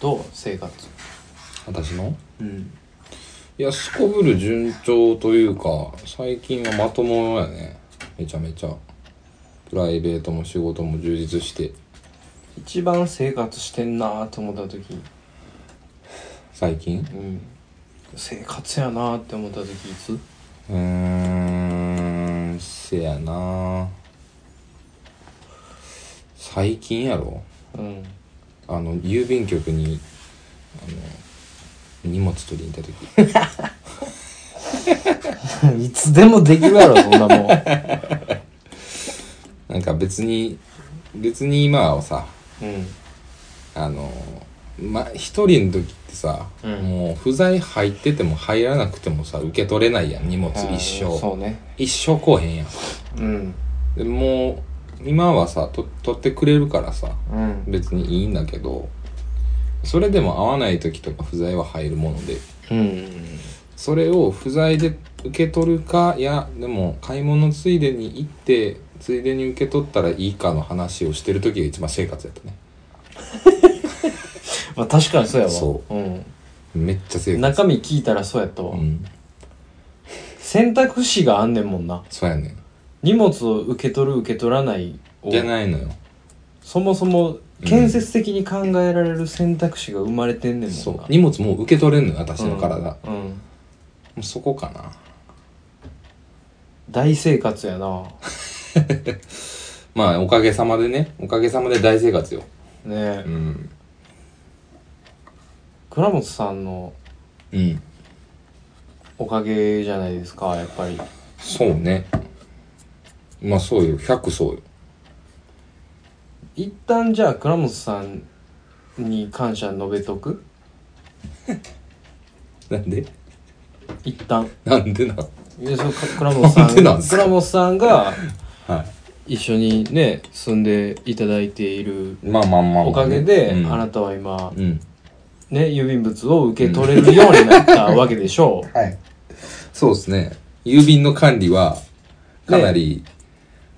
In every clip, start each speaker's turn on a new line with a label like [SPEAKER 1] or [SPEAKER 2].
[SPEAKER 1] どう生活
[SPEAKER 2] 私の
[SPEAKER 1] うん
[SPEAKER 2] いやすこぶる順調というか最近はまともやねめちゃめちゃプライベートも仕事も充実して
[SPEAKER 1] 一番生活してんなーって思った時
[SPEAKER 2] 最近
[SPEAKER 1] うん生活やなーって思った時いつ
[SPEAKER 2] うーんせやな最近やろ
[SPEAKER 1] うん
[SPEAKER 2] あの郵便局にあの荷物取りに行った 時
[SPEAKER 1] いつでもできるやろそん なもん
[SPEAKER 2] なんか別に別に今はさ
[SPEAKER 1] うん
[SPEAKER 2] あのま一人の時ってさ、
[SPEAKER 1] うん
[SPEAKER 2] もう不在入ってても入らなくてもさ受け取れないやん荷物一
[SPEAKER 1] うん
[SPEAKER 2] 生
[SPEAKER 1] そうね
[SPEAKER 2] 一生来へんやん
[SPEAKER 1] うん
[SPEAKER 2] でもう今はさと取ってくれるからさ
[SPEAKER 1] うん
[SPEAKER 2] 別にいいんだけどそれでも会わない時とか不在は入るもので
[SPEAKER 1] うん
[SPEAKER 2] それを不在で受け取るかいやでも買い物ついでに行ってついでに受け取ったらいいかの話をしてる時が一番生活やったね
[SPEAKER 1] まあ確かにそうやわ、
[SPEAKER 2] そう
[SPEAKER 1] うん、
[SPEAKER 2] めっちゃ生活
[SPEAKER 1] 中身聞いたらそうやったわ、
[SPEAKER 2] うん
[SPEAKER 1] 選択肢があんねんもんな
[SPEAKER 2] そうやねん
[SPEAKER 1] 荷物を受け取る受け取らないを
[SPEAKER 2] じゃないのよ
[SPEAKER 1] そもそも建設的に考えられる選択肢が生まれてんねん
[SPEAKER 2] そ
[SPEAKER 1] もん
[SPEAKER 2] う
[SPEAKER 1] な、
[SPEAKER 2] 荷物もう受け取れんのよ私の体、も
[SPEAKER 1] うん、うん
[SPEAKER 2] うそこかな
[SPEAKER 1] 大生活やな
[SPEAKER 2] まあおかげさまでねおかげさまで大生活よ
[SPEAKER 1] ね
[SPEAKER 2] う
[SPEAKER 1] え
[SPEAKER 2] ん
[SPEAKER 1] 倉本さんの
[SPEAKER 2] うん
[SPEAKER 1] おかげじゃないですかやっぱり
[SPEAKER 2] そうねまあそうよ100そうよ
[SPEAKER 1] 一旦じゃあ倉本さんに感謝述べとく
[SPEAKER 2] なんで
[SPEAKER 1] 一旦
[SPEAKER 2] なんでな
[SPEAKER 1] でそうか倉本さ
[SPEAKER 2] なん
[SPEAKER 1] ん
[SPEAKER 2] でなんすか
[SPEAKER 1] 倉本さんが
[SPEAKER 2] は
[SPEAKER 1] 一緒にね住んでいただいている
[SPEAKER 2] いまあまあまあまあね、
[SPEAKER 1] おかげで、
[SPEAKER 2] うん、
[SPEAKER 1] あなたは今
[SPEAKER 2] うん
[SPEAKER 1] ね郵便物を受け取れるようになったわけでしょう
[SPEAKER 2] はい。そうですね。郵便の管理は、かなり、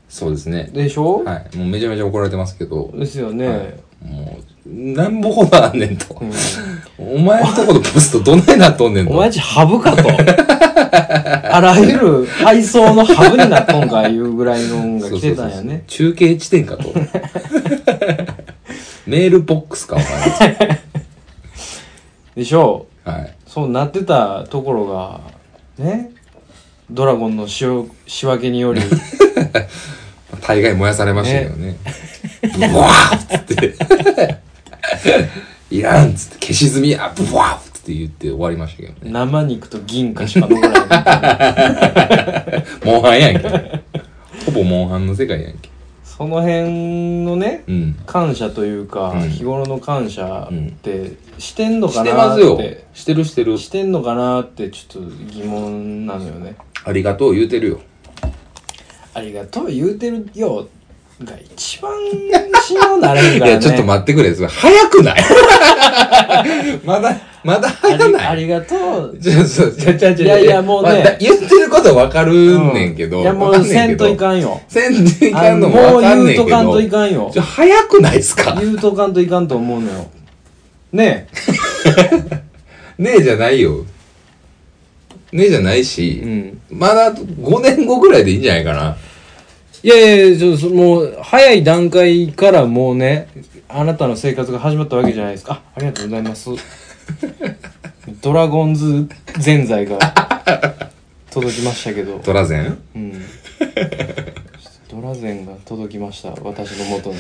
[SPEAKER 2] そうですね。
[SPEAKER 1] でしょ、
[SPEAKER 2] はい。もうめちゃめちゃ怒られてますけど、
[SPEAKER 1] ですよね、
[SPEAKER 2] もう、なんぼほどあんねんと
[SPEAKER 1] う。ん
[SPEAKER 2] お前のとこのポストどないなっとんねんと。
[SPEAKER 1] お前んちハブかと あらゆる配送のハブになっとんかいうぐらいのんが来てたんやね
[SPEAKER 2] そうそうそう中継地点か と。メールボックスか、お前。
[SPEAKER 1] でしょ
[SPEAKER 2] はい。
[SPEAKER 1] うそうなってたところがねドラゴンの仕よ仕分けに より
[SPEAKER 2] 大概燃やされましたけどね。ブワーっつって。いらんっつって、消し済みや、ブワーっつって言って終わりましたけどね。
[SPEAKER 1] 生肉と銀貨しか残らないみたいな
[SPEAKER 2] モンハンやんけ。ほぼモンハンの世界やんけ。
[SPEAKER 1] その辺のね
[SPEAKER 2] うん。
[SPEAKER 1] 感謝というか、
[SPEAKER 2] うん
[SPEAKER 1] 日頃の感謝ってしてんの
[SPEAKER 2] し
[SPEAKER 1] か
[SPEAKER 2] て
[SPEAKER 1] な
[SPEAKER 2] ま
[SPEAKER 1] っ
[SPEAKER 2] すよ
[SPEAKER 1] て。
[SPEAKER 2] してるしてる。
[SPEAKER 1] してんのかなってちょっと疑問なのよね
[SPEAKER 2] ありがとう言うてるよ。
[SPEAKER 1] ありがとう言うてるよが一番信用なれる
[SPEAKER 2] い
[SPEAKER 1] からね。
[SPEAKER 2] や、ちょっと待ってくれ。それ早くない まだ、まだ
[SPEAKER 1] あ
[SPEAKER 2] 早
[SPEAKER 1] り
[SPEAKER 2] な
[SPEAKER 1] あ
[SPEAKER 2] い
[SPEAKER 1] りがとう。
[SPEAKER 2] ちょ、ちょ、ちょ、ちょ、ちょ
[SPEAKER 1] いやいやもうね
[SPEAKER 2] まあだ言ってることわかるんねんけど。
[SPEAKER 1] いやも
[SPEAKER 2] わ
[SPEAKER 1] う
[SPEAKER 2] かんね
[SPEAKER 1] せ
[SPEAKER 2] んけ
[SPEAKER 1] ん
[SPEAKER 2] ど
[SPEAKER 1] といかんよ。
[SPEAKER 2] せんといかんのも
[SPEAKER 1] もう
[SPEAKER 2] わかん
[SPEAKER 1] 言う
[SPEAKER 2] ね
[SPEAKER 1] ん
[SPEAKER 2] け
[SPEAKER 1] と
[SPEAKER 2] ど。
[SPEAKER 1] かんといかんよ
[SPEAKER 2] ちょ、。早くないっすか
[SPEAKER 1] 言うとかんといかんと思うのよ。ね
[SPEAKER 2] ねえじゃないよ。ねえじゃないし
[SPEAKER 1] え。、うん。
[SPEAKER 2] まだ5年後ぐらいでいいんじゃないかな。
[SPEAKER 1] いやいやいやちょそもう早い段階からもうね、あなたの生活が始まったわけじゃないですか。あありがとうござい ます。ドラゴンズぜんざいが届きましたけど。
[SPEAKER 2] トラゼン
[SPEAKER 1] うんドラゼンが届きました私の元に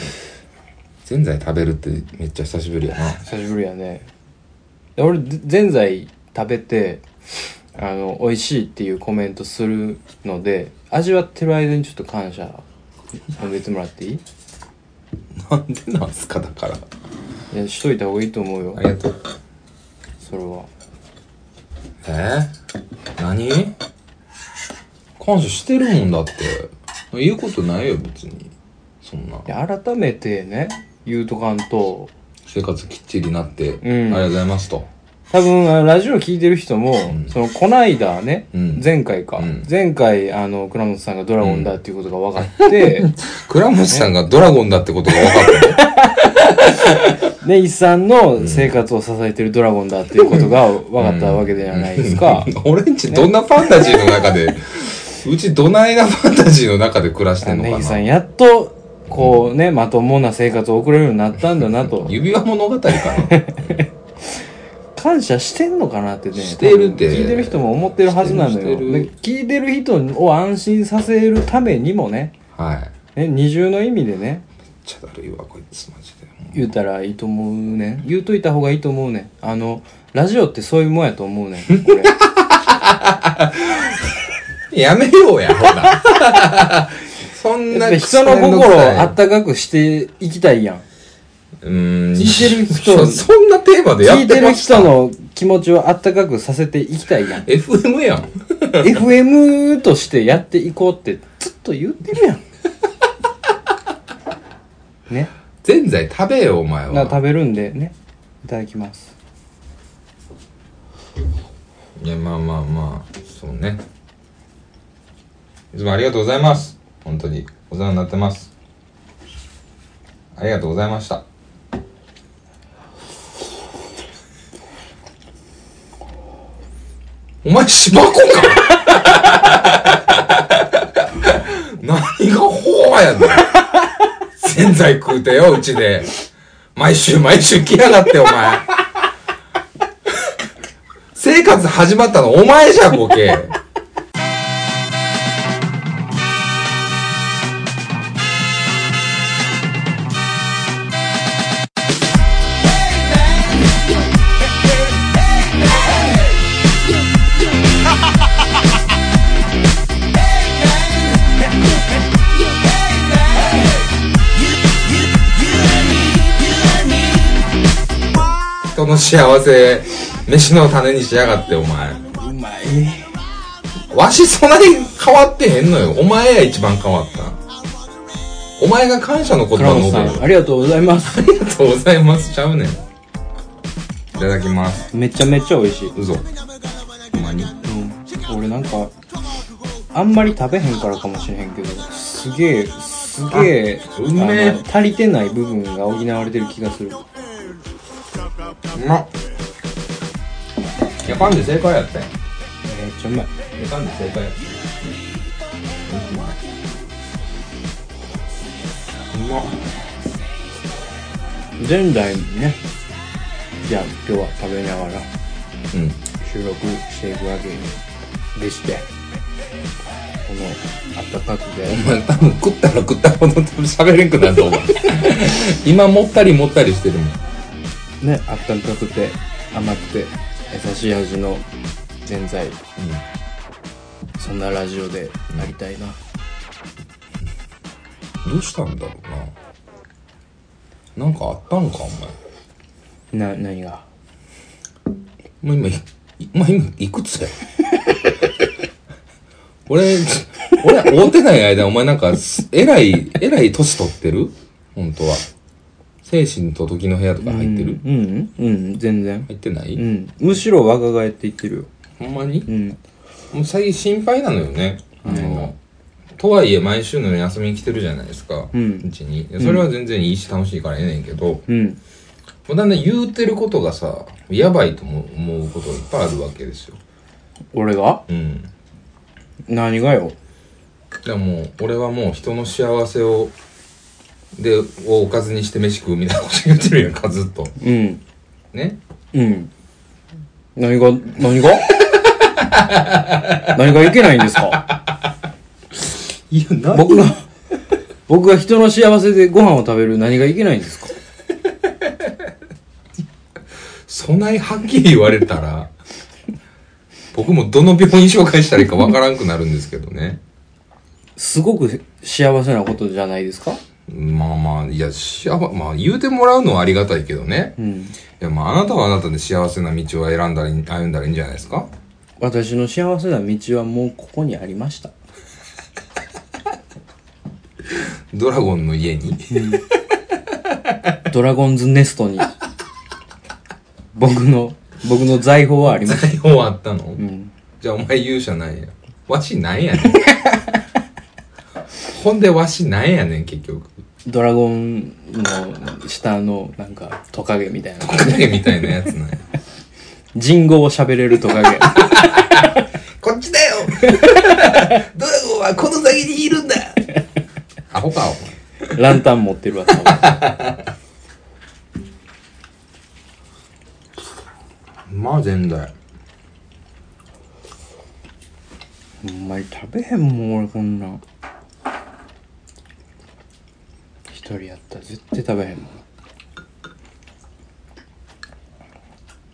[SPEAKER 2] ぜんざい食べるってめっちゃ久しぶりやな。
[SPEAKER 1] 久しぶりやねで俺ぜぜんざい食べてあの美味しいっていうコメントするので味わってる間にちょっと感謝述べてもらっていい
[SPEAKER 2] なんでなんすかだから。
[SPEAKER 1] いやしといた方がいいと思うよ
[SPEAKER 2] ありがとう。
[SPEAKER 1] それは
[SPEAKER 2] えー、何感謝してるもんだって。言うことないよ、別に。そんな。
[SPEAKER 1] で改めてね言うとかんと
[SPEAKER 2] 生活きっちりなって、
[SPEAKER 1] ん
[SPEAKER 2] ありがとうございますと。
[SPEAKER 1] 多分あのラジオ聞いてる人も、
[SPEAKER 2] ん
[SPEAKER 1] そのこないだね、
[SPEAKER 2] うん
[SPEAKER 1] 前回か、
[SPEAKER 2] うん
[SPEAKER 1] 前回あの倉本さんがド ラゴンだっていうことが分かって、
[SPEAKER 2] 倉持さんがドラゴンだってことが分かった
[SPEAKER 1] ね、イさんの生活を支えてるドラゴンだっていうことが 分かったわけではないですか。
[SPEAKER 2] 俺ん ちどんなファンタジーの中で、うちどないなファンタジーの中で暮らしてんの
[SPEAKER 1] ネ
[SPEAKER 2] か
[SPEAKER 1] ギさん、
[SPEAKER 2] な
[SPEAKER 1] やっと、こうね、まともな生活を送れるようになったんだなと。
[SPEAKER 2] 指輪物語かな
[SPEAKER 1] 感謝してんのかなってね。
[SPEAKER 2] してるって
[SPEAKER 1] 多分聞いてる人も思ってるはずなの
[SPEAKER 2] して
[SPEAKER 1] よ。
[SPEAKER 2] るして
[SPEAKER 1] で聞いてる人を安心させるためにもね、
[SPEAKER 2] はい。めっ
[SPEAKER 1] ね二重の意味でね、
[SPEAKER 2] ちゃだるいわ、こいつ、マジで。
[SPEAKER 1] 言うたらいいと思うねん。言うといた方がいいと思うねん。あの、ラジオってそういうもんやと思うねん。 俺
[SPEAKER 2] やめようや、ほら。 そん
[SPEAKER 1] やっ
[SPEAKER 2] な
[SPEAKER 1] ぱ人の
[SPEAKER 2] 面倒
[SPEAKER 1] 心
[SPEAKER 2] く
[SPEAKER 1] を
[SPEAKER 2] さい
[SPEAKER 1] あったかくしていきたいやん。
[SPEAKER 2] うーん。
[SPEAKER 1] 聞いてる人
[SPEAKER 2] そんなテーマでや
[SPEAKER 1] 聞い
[SPEAKER 2] ってて
[SPEAKER 1] る
[SPEAKER 2] ました
[SPEAKER 1] 人の気持ちをあったかくさせていきた いやん。
[SPEAKER 2] FM やん。
[SPEAKER 1] FM としてやっていこうってずっと言ってるや ん。ね。
[SPEAKER 2] ぜんざい食べよ、お前
[SPEAKER 1] な食
[SPEAKER 2] は。
[SPEAKER 1] べるんでね。いただきます。
[SPEAKER 2] いや、まあまあまあ、そうね。いつもありがとうございます。本当に。お世話になってます。ありがとうございました。お前、芝子か 何がほうやねん。洗剤食うてよ、うちで。毎週毎週来やがって、お前。生活始まったのお前じゃん、ボケ。人の幸せ、飯の種にしやがって、お前。
[SPEAKER 1] うまい。
[SPEAKER 2] わし、そんなに変わってへんのよ。お前や一番変わった。お前が感謝の言
[SPEAKER 1] 倉
[SPEAKER 2] 葉を
[SPEAKER 1] 本
[SPEAKER 2] 述べ
[SPEAKER 1] さ
[SPEAKER 2] る。
[SPEAKER 1] ん、ありがとうございます。
[SPEAKER 2] ありがとうございます。ちゃうねん。いただきます。
[SPEAKER 1] めちゃめちゃ美味しい。
[SPEAKER 2] うぞ。ほんまに。
[SPEAKER 1] うん。俺なんか、あんまり食べへんからかもしれへんけど、すげえ、すげえ、
[SPEAKER 2] あうめえ
[SPEAKER 1] あの足りてない部分が補われてる気がする。
[SPEAKER 2] うまっ。いやかんで正解やったんやん。
[SPEAKER 1] めっちゃうまい。
[SPEAKER 2] やかんで正解やったんやうまっ。
[SPEAKER 1] 前代にね、じゃあ今日は食べながら。
[SPEAKER 2] うん。
[SPEAKER 1] 収録していくわけでしてこの暖かく
[SPEAKER 2] お
[SPEAKER 1] て
[SPEAKER 2] 前多分食ったら食ったほど多分喋れんくなるぞお前今もったりもったりしてるもん
[SPEAKER 1] ね暖かくて甘くて優しい味のぜんざいそんなラジオでなりたいな
[SPEAKER 2] どうしたんだろうななんかあったのかお
[SPEAKER 1] な何が
[SPEAKER 2] 前もう今いお前今いくつや 俺俺会うてない間お前なんかすえらいえらい年取ってる本当は精神と時の部屋とか入ってる
[SPEAKER 1] うんうん、うん、全然
[SPEAKER 2] 入ってない、
[SPEAKER 1] うんむしろ若返っていってるよ
[SPEAKER 2] ほんまに
[SPEAKER 1] うん
[SPEAKER 2] もう最近心配なのよね。あの、とはいえ毎週のように遊びに来てるじゃないですか。
[SPEAKER 1] うん
[SPEAKER 2] うちに。いやそれは全然いいし楽しいからええねんけど、も
[SPEAKER 1] うん
[SPEAKER 2] うだんだん言うてることがさ、やばいとも思うことがいっぱいあるわけですよ。
[SPEAKER 1] 俺が
[SPEAKER 2] うん。だ
[SPEAKER 1] 何がよ
[SPEAKER 2] からもう、俺はもう人の幸せを、で、をおかずにして飯食うみたいなこと言ってるやんか、ずっと。
[SPEAKER 1] うん
[SPEAKER 2] ね。
[SPEAKER 1] うん何が何が何がいけないんですか
[SPEAKER 2] いや、な
[SPEAKER 1] 僕が、僕が人の幸せでご飯を食べる何がいけないんですか
[SPEAKER 2] そないはっきり言われたら、僕もどの病院紹介したらいいかわからんくなるんですけどね。
[SPEAKER 1] すごく幸せなことじゃないですか
[SPEAKER 2] まあまあ、いや、しあわまあ、言うてもらうのはありがたいけどね。
[SPEAKER 1] う
[SPEAKER 2] い
[SPEAKER 1] ん。
[SPEAKER 2] や、まあ、あなたはあなたで幸せな道を選んだり、歩んだらいいんじゃないですか
[SPEAKER 1] 私の幸せな道はもうここにありました。
[SPEAKER 2] ドラゴンの家に。
[SPEAKER 1] ドラゴンズネストに。僕の、僕の財宝はありました。
[SPEAKER 2] 財宝あったの、
[SPEAKER 1] ん
[SPEAKER 2] じゃあ、お前勇者なんや。 わしなんやねん。ほんで、わしなんやねん、結局。
[SPEAKER 1] ドラゴンの下のなんかトカゲみたいな
[SPEAKER 2] トカゲみたいなやつなんや。
[SPEAKER 1] 人語を喋れるトカゲ
[SPEAKER 2] こっち だよドラゴンはこの先にいるんだアホか、お前。
[SPEAKER 1] ランタン持ってるわ多分
[SPEAKER 2] まあ、全然。
[SPEAKER 1] お前食べへんもん俺こんなん一人やったら絶対食べへんもん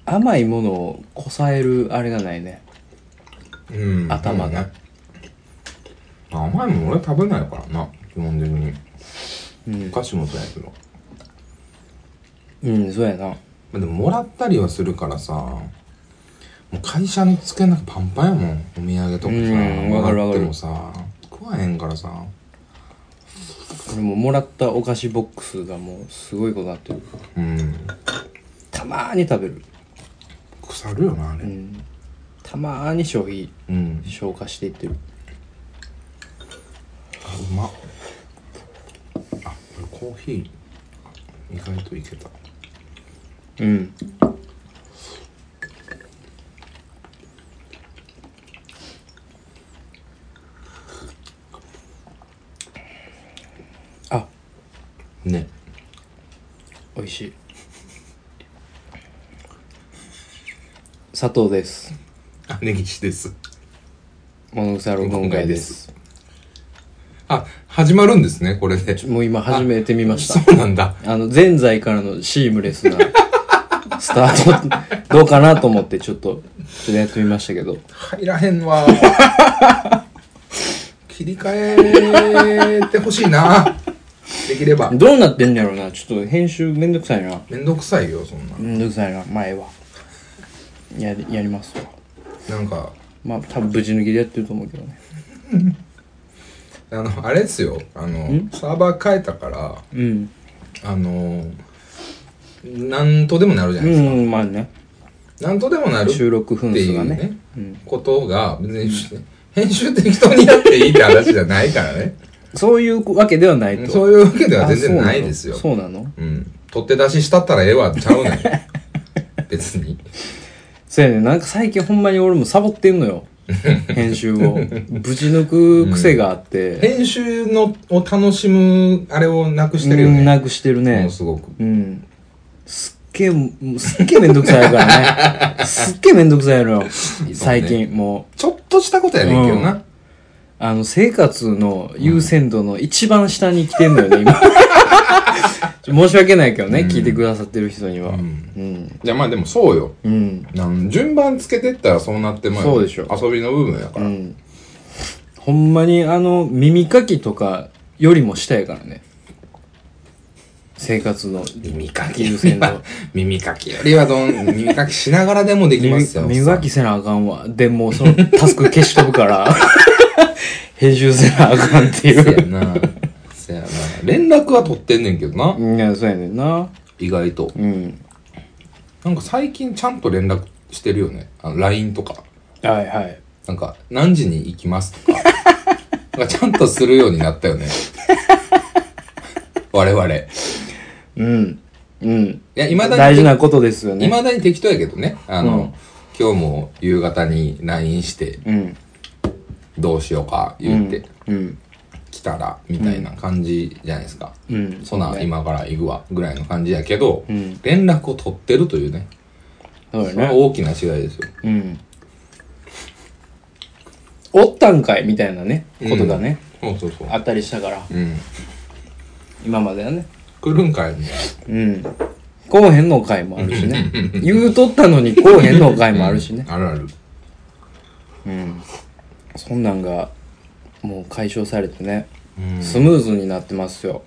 [SPEAKER 1] 甘いものをこさえるあれがないね
[SPEAKER 2] うん。
[SPEAKER 1] 頭が
[SPEAKER 2] そうね。甘いもん俺食べないからな、基本的に。
[SPEAKER 1] うん
[SPEAKER 2] お、菓子もそうやけど。
[SPEAKER 1] うん、そうやな
[SPEAKER 2] まあでも、もらったりはするからさ、もう会社の机なんかパンパンやもん。お土産とか
[SPEAKER 1] うん
[SPEAKER 2] さ、
[SPEAKER 1] わかるわかる
[SPEAKER 2] もさ、食わへんからさ。
[SPEAKER 1] 俺ももらったお菓子ボックスがもうすごいことになってる
[SPEAKER 2] うん。
[SPEAKER 1] たまーに食べる、
[SPEAKER 2] 腐るよな、あ
[SPEAKER 1] う
[SPEAKER 2] れ。
[SPEAKER 1] ん、たまーに消費
[SPEAKER 2] うん。
[SPEAKER 1] 消化していってる
[SPEAKER 2] うまっあこれコーヒー意外といけた
[SPEAKER 1] うんあ
[SPEAKER 2] ね
[SPEAKER 1] 美味しい佐藤です
[SPEAKER 2] あ根岸です
[SPEAKER 1] 物腐郎今回です
[SPEAKER 2] あ始まるんですねこれで
[SPEAKER 1] もう今始めてみました
[SPEAKER 2] そうなんだ
[SPEAKER 1] あの、前在からのシームレス なスタート、どうかなと思って、ちょっと、ちょっとやってみましたけど。
[SPEAKER 2] 入らへん わ切り替えてほしいなできれば
[SPEAKER 1] どうなってんのやろうなちょっと編集めんどくさいな。
[SPEAKER 2] めんどくさいよそんな
[SPEAKER 1] めんどくさいな、前は。やり、やりますわ。
[SPEAKER 2] なんか
[SPEAKER 1] まあ、多分無事抜きでやってると思うけどね。
[SPEAKER 2] あのあれですよあのサーバー変えたから
[SPEAKER 1] うん。
[SPEAKER 2] あのなんとでもなるじゃないですか、
[SPEAKER 1] うん、まあね。
[SPEAKER 2] なんとでもなる
[SPEAKER 1] 収録分数がね
[SPEAKER 2] っていうことが別に、編集適当にやっていいって話じゃないからね
[SPEAKER 1] そういうわけではないと。
[SPEAKER 2] そう
[SPEAKER 1] う
[SPEAKER 2] いうわけでは全然ないですよ
[SPEAKER 1] そうなの
[SPEAKER 2] うん取って出ししたったらええわちゃ うねん別に
[SPEAKER 1] そうやねんなんか最近ほんまに俺もサボってんの よ。編集を。ぶち抜く癖があって。
[SPEAKER 2] 編集のを楽しむあれをなくしてるよ
[SPEAKER 1] うん
[SPEAKER 2] ね
[SPEAKER 1] なくしてるね。
[SPEAKER 2] ものすごく
[SPEAKER 1] うん。すっげえ、もうすっげえめんどくさいから ね。すっげえめんどくさいのよ。最近、もう。
[SPEAKER 2] ちょっとしたことやねんけどな、
[SPEAKER 1] あの、生活の優先度の一番下に来てんのよね、今。 申し訳ないけどね、聞いてくださってる人には。う
[SPEAKER 2] うん
[SPEAKER 1] ん。
[SPEAKER 2] いやまあでもそうよ
[SPEAKER 1] うん。
[SPEAKER 2] なん順番つけてったらそうなってまうよ
[SPEAKER 1] そうでしょ
[SPEAKER 2] 遊びの部分やか
[SPEAKER 1] う
[SPEAKER 2] ら、
[SPEAKER 1] ん。ほんまに、あの、耳かきとかよりも下やからね。生活の
[SPEAKER 2] 耳かき
[SPEAKER 1] 優先度。
[SPEAKER 2] 耳かきよりはどん耳かきしながらでもできますよ
[SPEAKER 1] 耳磨きせなあかんわ。でも、そのタスク消し飛ぶから、 編集せなあかんってい
[SPEAKER 2] せや
[SPEAKER 1] う。
[SPEAKER 2] な。せやな。連絡は取ってんねんけどな。
[SPEAKER 1] いや、そうやねんな。
[SPEAKER 2] 意外と。
[SPEAKER 1] うん。
[SPEAKER 2] なんか最近ちゃんと連絡してるよね。あの、LINE とか。
[SPEAKER 1] はいはい。
[SPEAKER 2] なんか、何時に行きますとか。 なんかちゃんとするようになったよね。 我々。い
[SPEAKER 1] うん。うん。
[SPEAKER 2] や、未だ
[SPEAKER 1] 大
[SPEAKER 2] に、
[SPEAKER 1] 事なことですよ
[SPEAKER 2] 未
[SPEAKER 1] ね。
[SPEAKER 2] だに適当やけどね。あの、
[SPEAKER 1] うん
[SPEAKER 2] 今日も夕方に LINE して、
[SPEAKER 1] うん。
[SPEAKER 2] どうしようか言って、
[SPEAKER 1] うん。
[SPEAKER 2] 来たら、みたいな感じじゃないですか。
[SPEAKER 1] うん。
[SPEAKER 2] そんなん
[SPEAKER 1] ね
[SPEAKER 2] 今から行くわ、ぐらいの感じやけど、
[SPEAKER 1] うん
[SPEAKER 2] 連絡を取ってるというね。
[SPEAKER 1] そう
[SPEAKER 2] それ
[SPEAKER 1] や
[SPEAKER 2] は
[SPEAKER 1] ね。
[SPEAKER 2] 大きな違いですよ。
[SPEAKER 1] うん。おったんかいみたいなね、
[SPEAKER 2] うん
[SPEAKER 1] ことがね、
[SPEAKER 2] そうそうそう。
[SPEAKER 1] あったりしたから、
[SPEAKER 2] うん。
[SPEAKER 1] 今まではね。
[SPEAKER 2] 来るんかいね。
[SPEAKER 1] うん。こうへんの回もあるしね。言うとったのにこうへんの回もあるしね。
[SPEAKER 2] あるある。
[SPEAKER 1] うん、そんなんがもう解消されてね、
[SPEAKER 2] うん。
[SPEAKER 1] スムーズになってますよ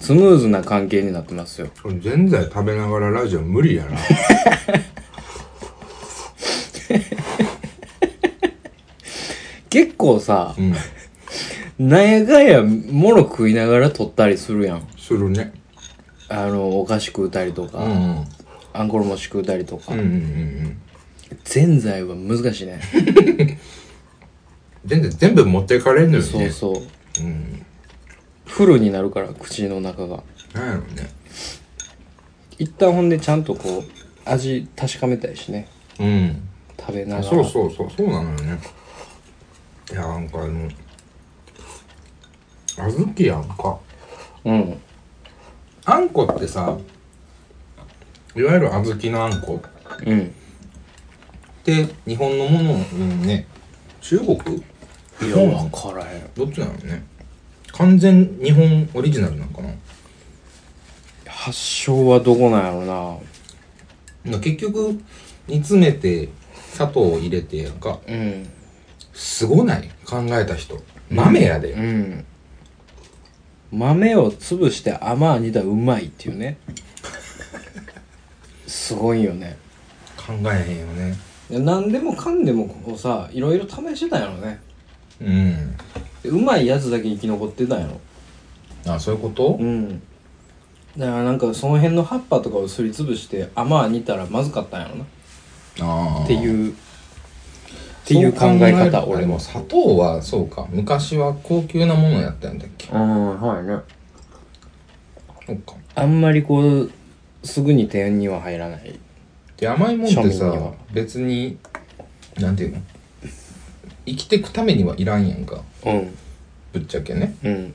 [SPEAKER 1] スムーズな関係になってますよ
[SPEAKER 2] これぜんざい食べながらラジオ無理やな。
[SPEAKER 1] 結構さ
[SPEAKER 2] うん。
[SPEAKER 1] なんやかんやもろ食いながら撮ったりするやん
[SPEAKER 2] するね。
[SPEAKER 1] あのお菓子食うたりとか、
[SPEAKER 2] うん。
[SPEAKER 1] あんころ餅食うたりとか、
[SPEAKER 2] うんうんうん。
[SPEAKER 1] ぜんざいは難しいね
[SPEAKER 2] 全然全部持っていかれんのよね。
[SPEAKER 1] そうそう
[SPEAKER 2] うん。
[SPEAKER 1] フルになるから口の中が
[SPEAKER 2] なんやろうね
[SPEAKER 1] 一旦ほんでちゃんとこう味確かめたいしね
[SPEAKER 2] うん
[SPEAKER 1] 食べながら
[SPEAKER 2] そうそうそうそうなのよねいやなんかあの小豆やんか
[SPEAKER 1] うん
[SPEAKER 2] あんこってさいわゆる小豆のあんこ
[SPEAKER 1] うん
[SPEAKER 2] って日本のものうんね中国
[SPEAKER 1] い
[SPEAKER 2] 日
[SPEAKER 1] や
[SPEAKER 2] 本
[SPEAKER 1] 分からへん
[SPEAKER 2] どっちなのね完全日本オリジナルなのかな
[SPEAKER 1] 発祥はどこなんやろな
[SPEAKER 2] なんか結局煮詰めて砂糖を入れてやんか
[SPEAKER 1] うん
[SPEAKER 2] すごない考えた人豆やで、
[SPEAKER 1] うん豆を潰して甘あ煮たらうまいっていうねすごいよね
[SPEAKER 2] 考えへんよね
[SPEAKER 1] いや何でもかんでもここさいろいろ試してたんやろね
[SPEAKER 2] うん
[SPEAKER 1] でうまいやつだけ生き残ってたんやろ
[SPEAKER 2] あそういうこと
[SPEAKER 1] うんだからなんかその辺の葉っぱとかをすりつぶして甘あ煮たらまずかったんやろなっ
[SPEAKER 2] ああ
[SPEAKER 1] て
[SPEAKER 2] う
[SPEAKER 1] いうっていう考え方俺も
[SPEAKER 2] も砂糖はそうか昔は高級なものやったんだっけ
[SPEAKER 1] うんはいね
[SPEAKER 2] そうか
[SPEAKER 1] あんまりこうすぐに点には入らない
[SPEAKER 2] で甘いもんって
[SPEAKER 1] 庶民には
[SPEAKER 2] さ別になんていうの生きてくためにはいらんやんか
[SPEAKER 1] うん
[SPEAKER 2] ぶっちゃけね
[SPEAKER 1] うん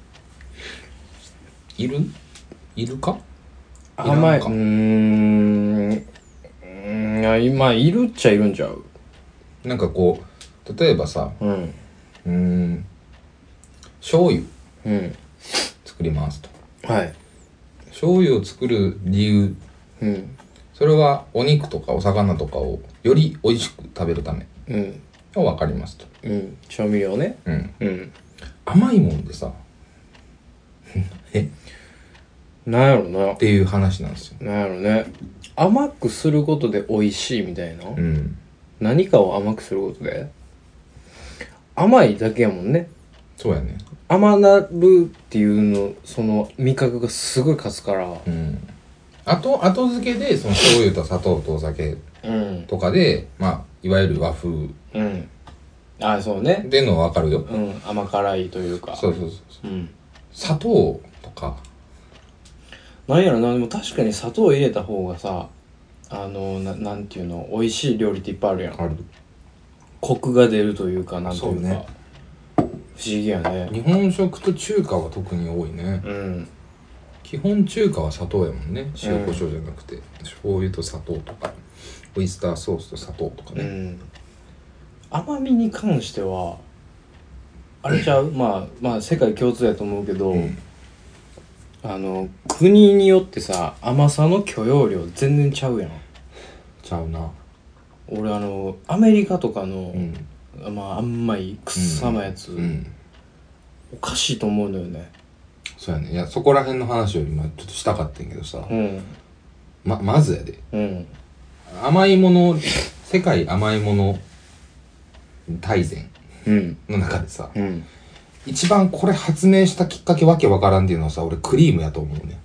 [SPEAKER 2] いるいるからんか
[SPEAKER 1] 甘いうーんうーんいや今いるっちゃいるんちゃう
[SPEAKER 2] なんかこう例えばさ
[SPEAKER 1] うん
[SPEAKER 2] うーん醤油
[SPEAKER 1] うん
[SPEAKER 2] 作りますと
[SPEAKER 1] はい
[SPEAKER 2] 醤油を作る理由
[SPEAKER 1] うん
[SPEAKER 2] それはお肉とかお魚とかをより美味しく食べるため
[SPEAKER 1] うん
[SPEAKER 2] が分かりますと
[SPEAKER 1] うん調味料ね
[SPEAKER 2] うん
[SPEAKER 1] うん
[SPEAKER 2] 甘いもんでさえっ
[SPEAKER 1] なんやろな
[SPEAKER 2] ていう話なんですよ
[SPEAKER 1] なんやろね甘くすることで美味しいみたいな、
[SPEAKER 2] うん
[SPEAKER 1] 何かを甘くすることで甘いだけやもんね
[SPEAKER 2] そうやね
[SPEAKER 1] 甘なるっていうのその味覚がすごい勝つから
[SPEAKER 2] うんあと後付けでその醤油と砂糖とお酒
[SPEAKER 1] うん
[SPEAKER 2] とかでまあいわゆる和風
[SPEAKER 1] うんあそうね
[SPEAKER 2] でのは分かるよ
[SPEAKER 1] うん甘辛いというか
[SPEAKER 2] そうそうそう
[SPEAKER 1] うん
[SPEAKER 2] 砂糖とか
[SPEAKER 1] なんやろなでも確かに砂糖入れた方がさあのななんていうの美味しい料理っていっぱいあるやん
[SPEAKER 2] る
[SPEAKER 1] コクが出るというかなんという
[SPEAKER 2] そう
[SPEAKER 1] か
[SPEAKER 2] ね
[SPEAKER 1] 不思議やね
[SPEAKER 2] 日本食と中華は特に多いね、
[SPEAKER 1] うん
[SPEAKER 2] 基本中華は砂糖やもんね塩コショウじゃなくて、醤油と砂糖とかオイスターソースと砂糖とか
[SPEAKER 1] う
[SPEAKER 2] ね、
[SPEAKER 1] ん甘みに関してはあれちゃうまあまあ世界共通やと思うけど、
[SPEAKER 2] うん
[SPEAKER 1] あの国によってさ甘さの許容量全然ちゃうやん
[SPEAKER 2] ちゃうな
[SPEAKER 1] 俺あのアメリカとかの
[SPEAKER 2] う、ん
[SPEAKER 1] まあ甘いくっさまやつ、
[SPEAKER 2] うん
[SPEAKER 1] おかしいと思うのよね
[SPEAKER 2] そうやねいやそこら辺の話より今ちょっとしたかったんやけどさ、
[SPEAKER 1] うん
[SPEAKER 2] ままずやで
[SPEAKER 1] うん
[SPEAKER 2] 甘いもの世界甘いもの大全
[SPEAKER 1] うん
[SPEAKER 2] の中でさ、
[SPEAKER 1] うん
[SPEAKER 2] 一番これ発明したきっかけわけわからんっていうのはさ俺クリームやと思うね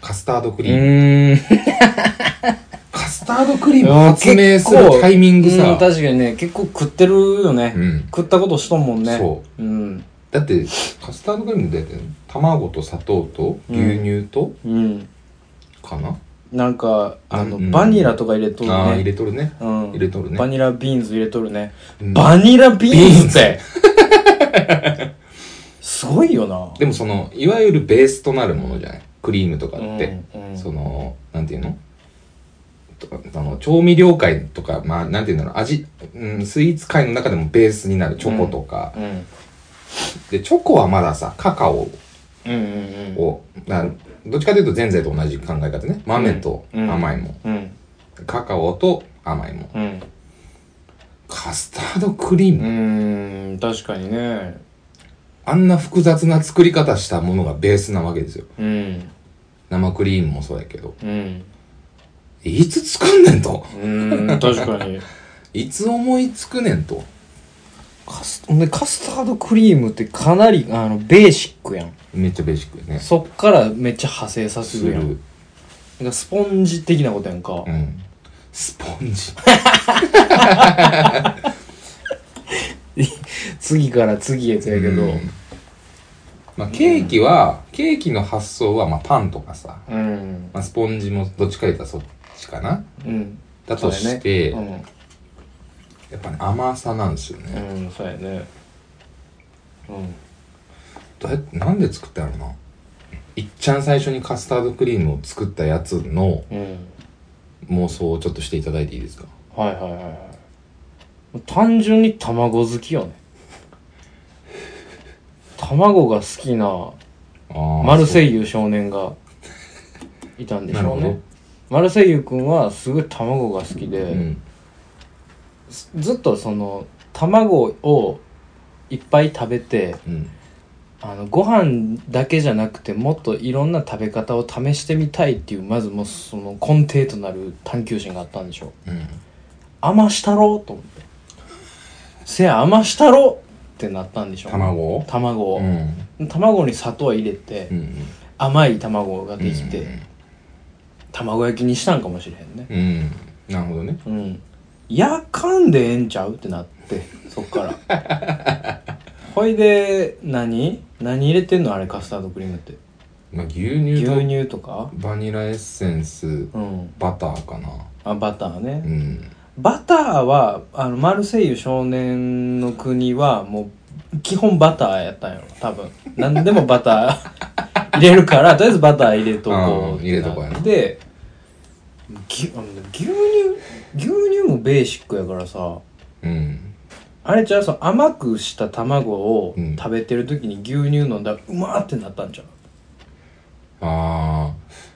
[SPEAKER 2] カスタードク
[SPEAKER 1] う
[SPEAKER 2] リーム、
[SPEAKER 1] ーん
[SPEAKER 2] カスタードクリーム発明するタイミング
[SPEAKER 1] う
[SPEAKER 2] さ
[SPEAKER 1] ん、確かにね結構食ってるよね、
[SPEAKER 2] うん
[SPEAKER 1] 食ったことしとんもんね
[SPEAKER 2] そう
[SPEAKER 1] うん
[SPEAKER 2] だってカスタードクリームって卵と砂糖と牛乳と、
[SPEAKER 1] うん
[SPEAKER 2] かな
[SPEAKER 1] なんかあの、
[SPEAKER 2] うん
[SPEAKER 1] バニラとか入れとるね
[SPEAKER 2] ああ入れとるね
[SPEAKER 1] うん、
[SPEAKER 2] 入れとるね
[SPEAKER 1] バニラビーンズ入れとるね、
[SPEAKER 2] うん
[SPEAKER 1] バニラビーンズって すごいよな
[SPEAKER 2] でもそのいわゆるベースとなるものじゃないクリームとかって、
[SPEAKER 1] うんうん
[SPEAKER 2] そのなんていうのとあの調味料界とかまあなんていうんだろう味、うん、スイーツ界の中でもベースになるチョコとか、
[SPEAKER 1] うん
[SPEAKER 2] でチョコはまださカカオ
[SPEAKER 1] うんうんうん
[SPEAKER 2] をなどっちかというと前世と同じ考え方ね豆と甘いもん、
[SPEAKER 1] うん
[SPEAKER 2] カカオと甘いもん
[SPEAKER 1] うん
[SPEAKER 2] カスタードクリーム
[SPEAKER 1] うーん確かにね
[SPEAKER 2] あんな複雑な作り方したものがベースなわけですよ。
[SPEAKER 1] うん
[SPEAKER 2] 生クリームもそうやけど。
[SPEAKER 1] うん
[SPEAKER 2] いつ作んねんと。
[SPEAKER 1] うーん確かに
[SPEAKER 2] いつ思いつくねんと。
[SPEAKER 1] カスほんでカスタードクリームってかなりあのベーシックやん
[SPEAKER 2] めっちゃベーシックやね。
[SPEAKER 1] そっからめっちゃ派生させ
[SPEAKER 2] す
[SPEAKER 1] るやん
[SPEAKER 2] る。
[SPEAKER 1] なんかスポンジ的なことやんか、
[SPEAKER 2] うん。スポンジ。
[SPEAKER 1] 次から次へとやけど、
[SPEAKER 2] うんまあ、ケーキは、ケーキの発想は、まあ、パンとかさ、
[SPEAKER 1] うん
[SPEAKER 2] まあ、スポンジもどっちか言ったらそっちかな
[SPEAKER 1] うん
[SPEAKER 2] だとして、
[SPEAKER 1] そうやね
[SPEAKER 2] やっぱね、甘さなんですよ
[SPEAKER 1] う
[SPEAKER 2] ね。
[SPEAKER 1] ん、うん、そうやねうん
[SPEAKER 2] どうやって、なんで作ったんやろな。いっちゃん最初にカスタードクリームを作ったやつの
[SPEAKER 1] うん
[SPEAKER 2] 妄想をちょっとしていただいていいですか
[SPEAKER 1] はいはいはいはい単純に卵好きよね卵が好きな
[SPEAKER 2] あー
[SPEAKER 1] マルセイユ少年がいたんでしょう
[SPEAKER 2] なる
[SPEAKER 1] ね
[SPEAKER 2] ほ
[SPEAKER 1] マルセイユ君はすごい卵が好きで、
[SPEAKER 2] そううん。
[SPEAKER 1] ずずっとその卵をいっぱい食べて
[SPEAKER 2] うん。
[SPEAKER 1] あのご飯だけじゃなくてもっといろんな食べ方を試してみたいっていうまずもうその根底となる探求心があったんでしょう
[SPEAKER 2] うん。
[SPEAKER 1] 余したろうと思ってせや余したろうってなったんでしょうね
[SPEAKER 2] 卵を
[SPEAKER 1] 卵を
[SPEAKER 2] う、ん。
[SPEAKER 1] 卵に砂糖入れて、
[SPEAKER 2] うん。
[SPEAKER 1] 甘い卵ができて、
[SPEAKER 2] うん
[SPEAKER 1] 卵焼きにしたんかもしれへんね
[SPEAKER 2] うん。なるほどね。
[SPEAKER 1] うんやかんでええんちゃうってなってそっから ほいで何何入れてんのあれカスタードクリームって
[SPEAKER 2] まあ、牛乳
[SPEAKER 1] 牛
[SPEAKER 2] と
[SPEAKER 1] 乳とか
[SPEAKER 2] バニラエッセンス、
[SPEAKER 1] うん
[SPEAKER 2] バターかな。
[SPEAKER 1] あバターね、
[SPEAKER 2] うん。
[SPEAKER 1] バターはあのマルセイユ少年の国はもう基本バターやったんやろ多分何でもバター入れる からとりあえずバター入れとこ
[SPEAKER 2] うん
[SPEAKER 1] う
[SPEAKER 2] 入れとこうやな
[SPEAKER 1] でぎあの牛乳牛乳もベーシックやからさ
[SPEAKER 2] うん。
[SPEAKER 1] あれじゃあその甘くした卵を
[SPEAKER 2] うん
[SPEAKER 1] 食べてる時に牛乳飲んだらうまーってなったんじゃう
[SPEAKER 2] あ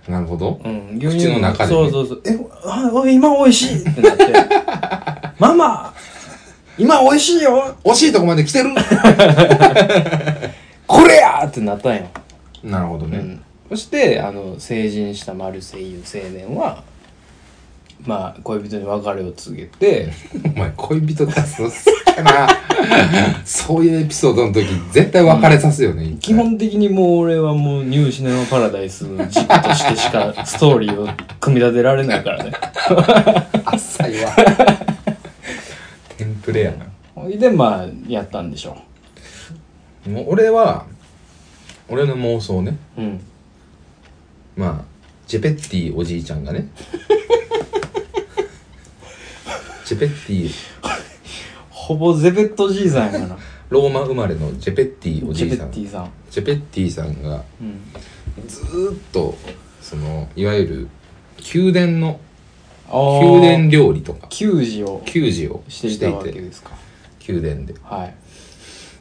[SPEAKER 2] あ、なるほど。
[SPEAKER 1] うん、牛乳
[SPEAKER 2] 口の中で
[SPEAKER 1] そ
[SPEAKER 2] ね
[SPEAKER 1] うそうそう。え、あ今美味しいってなって。 ママ今美味しいよ
[SPEAKER 2] 惜しいとこまで来てる
[SPEAKER 1] これやってなったんよ、
[SPEAKER 2] なるほど
[SPEAKER 1] う
[SPEAKER 2] ね。
[SPEAKER 1] ん、そしてあの成人したマルセイユ青年はまあ恋人に別れを告げて
[SPEAKER 2] お前、恋人出すの好きやな。 そういうエピソードの時、絶対別れさすよね。一回
[SPEAKER 1] 基本的にもう俺はもうニューシネマパラダイスの軸としてしかストーリーを組み立てられないからね
[SPEAKER 2] 浅いわ。 テンプレやな。
[SPEAKER 1] ほいでまあやったんでしょ
[SPEAKER 2] もう俺は、俺の妄想ね。
[SPEAKER 1] ううん
[SPEAKER 2] まあ、ジェペッティおじいちゃん がね。ジェペッティ、
[SPEAKER 1] ほぼゼベットじいさんやから
[SPEAKER 2] ローマ生まれのジェペッティお
[SPEAKER 1] ジェ
[SPEAKER 2] じ
[SPEAKER 1] ペ
[SPEAKER 2] いさ
[SPEAKER 1] ッ
[SPEAKER 2] ん。
[SPEAKER 1] テ
[SPEAKER 2] ジ
[SPEAKER 1] ィさん、
[SPEAKER 2] ェペッティさんが、
[SPEAKER 1] うん、
[SPEAKER 2] ずーっと、その、いわゆる、宮殿の、
[SPEAKER 1] あー
[SPEAKER 2] 宮殿料理とか、
[SPEAKER 1] 給仕を
[SPEAKER 2] 給仕を
[SPEAKER 1] してい
[SPEAKER 2] したてい
[SPEAKER 1] わけ
[SPEAKER 2] て、
[SPEAKER 1] ですか
[SPEAKER 2] 宮殿で
[SPEAKER 1] はい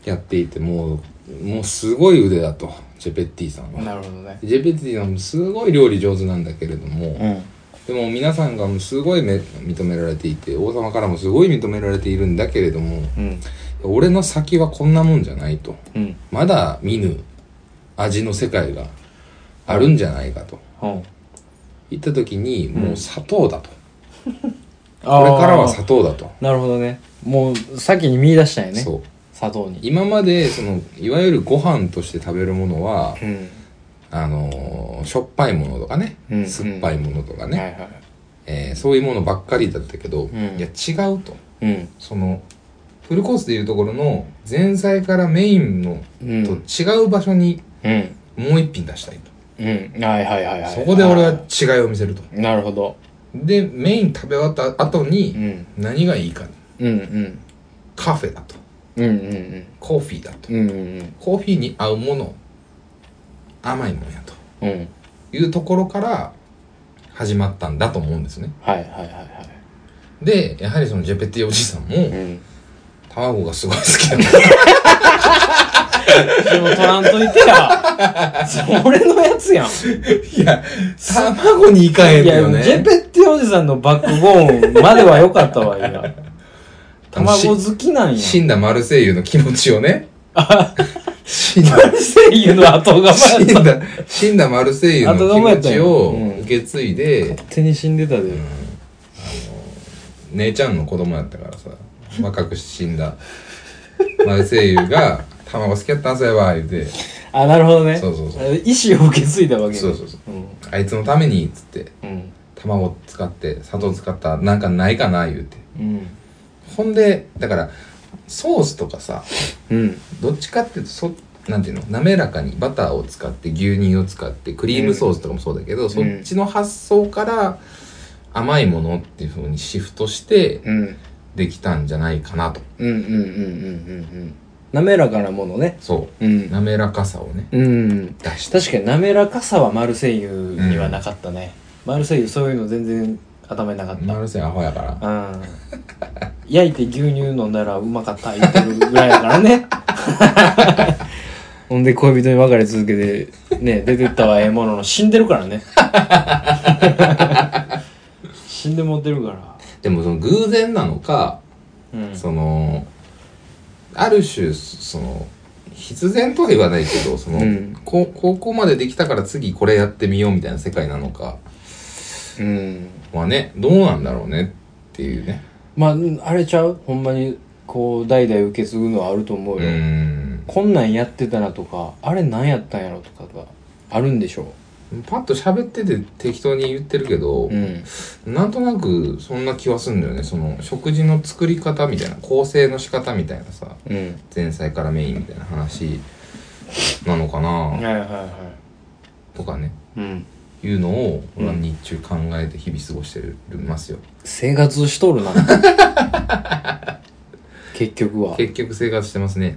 [SPEAKER 2] やっていて、もう、もうすごい腕だと、ジェペッティさんは。
[SPEAKER 1] なるほどね
[SPEAKER 2] ジェペッティさんもすごい料理上手なんだけれども、
[SPEAKER 1] うん
[SPEAKER 2] でも皆さんがもうすごいめ認められていて王様からもすごい認められているんだけれども
[SPEAKER 1] うん
[SPEAKER 2] 俺の先はこんなもんじゃないと
[SPEAKER 1] うん
[SPEAKER 2] まだ見ぬ味の世界があるんじゃないかと
[SPEAKER 1] うん
[SPEAKER 2] 言った時にもう砂糖だと、
[SPEAKER 1] あ
[SPEAKER 2] こ
[SPEAKER 1] ー
[SPEAKER 2] れからは砂糖だと、
[SPEAKER 1] なるほどねもう先に見出したんやね
[SPEAKER 2] そう
[SPEAKER 1] 砂糖に
[SPEAKER 2] 今までそのいわゆるご飯として食べるものは
[SPEAKER 1] うん
[SPEAKER 2] あのーしょっぱいものとかね、
[SPEAKER 1] うん
[SPEAKER 2] 酸っぱいものとかね、
[SPEAKER 1] はいはい
[SPEAKER 2] えーそういうものばっかりだったけど、
[SPEAKER 1] ん
[SPEAKER 2] いや違うと
[SPEAKER 1] うん
[SPEAKER 2] そのフルコースでいうところの前菜からメインの
[SPEAKER 1] うん
[SPEAKER 2] と違う場所に
[SPEAKER 1] うん
[SPEAKER 2] もう一品出したいと、
[SPEAKER 1] うんはいはいはいはい
[SPEAKER 2] そこで俺は違いを見せると
[SPEAKER 1] あーなるほど
[SPEAKER 2] でメイン食べ終わった後
[SPEAKER 1] う
[SPEAKER 2] に
[SPEAKER 1] ん
[SPEAKER 2] 何がいいか
[SPEAKER 1] うんうん
[SPEAKER 2] カフェだと
[SPEAKER 1] うんうん
[SPEAKER 2] コーヒーだと
[SPEAKER 1] うんうんうん
[SPEAKER 2] コーヒーに合うもの甘いものやと
[SPEAKER 1] うん
[SPEAKER 2] いうところから始まったんだと思うんですね
[SPEAKER 1] はいはいはいは
[SPEAKER 2] でやはりそのジェペティおじさん
[SPEAKER 1] い
[SPEAKER 2] も
[SPEAKER 1] うん
[SPEAKER 2] 卵がすごい好きだった
[SPEAKER 1] でも取らんといてや それのやつやん
[SPEAKER 2] いや卵にいかへん
[SPEAKER 1] い
[SPEAKER 2] のよ
[SPEAKER 1] や、
[SPEAKER 2] ね
[SPEAKER 1] ジェペッティおじさんのバックボーンまでは良かったわ、 今。卵好きなんや。
[SPEAKER 2] 死んだマルセイユの気持ちをね。死ん
[SPEAKER 1] マ
[SPEAKER 2] だ、
[SPEAKER 1] ルセイユの後がま
[SPEAKER 2] 死ん
[SPEAKER 1] だ
[SPEAKER 2] だ、死んだマルセイユの気持ちを受け継いで、
[SPEAKER 1] 手に死んでたで。
[SPEAKER 2] 姉ちゃんの子供やったからさ、若くして死んだマルセイユが、卵好きやったんすやわ、言うて、
[SPEAKER 1] あ、なるほどね。
[SPEAKER 2] そうそうそう
[SPEAKER 1] 意思を受け継いだわけね
[SPEAKER 2] そうそうそう
[SPEAKER 1] うん。
[SPEAKER 2] あいつのために、つって、
[SPEAKER 1] うん。
[SPEAKER 2] 卵使って、砂糖使った、なんかないかな、言うて。
[SPEAKER 1] うん。
[SPEAKER 2] ほんで、だから、ソースとかさ、
[SPEAKER 1] うん。
[SPEAKER 2] どっちかっていうと、そ、なんていうの滑らかにバターを使って牛乳を使ってクリームソースとかもそうだけど、そっちの発想から甘いものっていうふうにシフトして
[SPEAKER 1] うん
[SPEAKER 2] できたんじゃないかなと
[SPEAKER 1] うんうんうんうんうんうん滑らかなものね
[SPEAKER 2] そううん滑らかさをね
[SPEAKER 1] うん
[SPEAKER 2] 出した
[SPEAKER 1] 確かに滑らかさはマルセイユにはなかったね、マルセイユそういうの全然頭になかった、
[SPEAKER 2] マルセイアホやから
[SPEAKER 1] うん焼いて牛乳飲んだらうまかった言ってるぐらいだからね ほんで恋人に別れ続けてね出てったはええものの死んでるからね 死んでもってるから
[SPEAKER 2] でもその偶然なのか、
[SPEAKER 1] うん
[SPEAKER 2] そのある種その必然とは言わないけどその、
[SPEAKER 1] うん
[SPEAKER 2] こ高校までできたから次これやってみようみたいな世界なのか
[SPEAKER 1] うん
[SPEAKER 2] はねどうなんだろうねっていうね
[SPEAKER 1] まあうんあれちゃうほんまにこう代々受け継ぐのはあると思
[SPEAKER 2] う
[SPEAKER 1] うよ、
[SPEAKER 2] ん
[SPEAKER 1] こんなんやってたなとかあれ何やったんやろとかがあるんでしょ
[SPEAKER 2] パッと喋ってて適当に言ってるけど、
[SPEAKER 1] う、うん、
[SPEAKER 2] なんとなくそんな気はすんだよねその食事の作り方みたいな構成の仕方みたいなさ
[SPEAKER 1] うん
[SPEAKER 2] 前菜からメインみたいな話なのか
[SPEAKER 1] はい
[SPEAKER 2] な
[SPEAKER 1] はいは
[SPEAKER 2] とかね
[SPEAKER 1] いうん
[SPEAKER 2] いうのを、
[SPEAKER 1] うん
[SPEAKER 2] 俺は日中考えて日々過ごしてるますよ
[SPEAKER 1] 生活しとるな 結局は
[SPEAKER 2] 結局生活してますね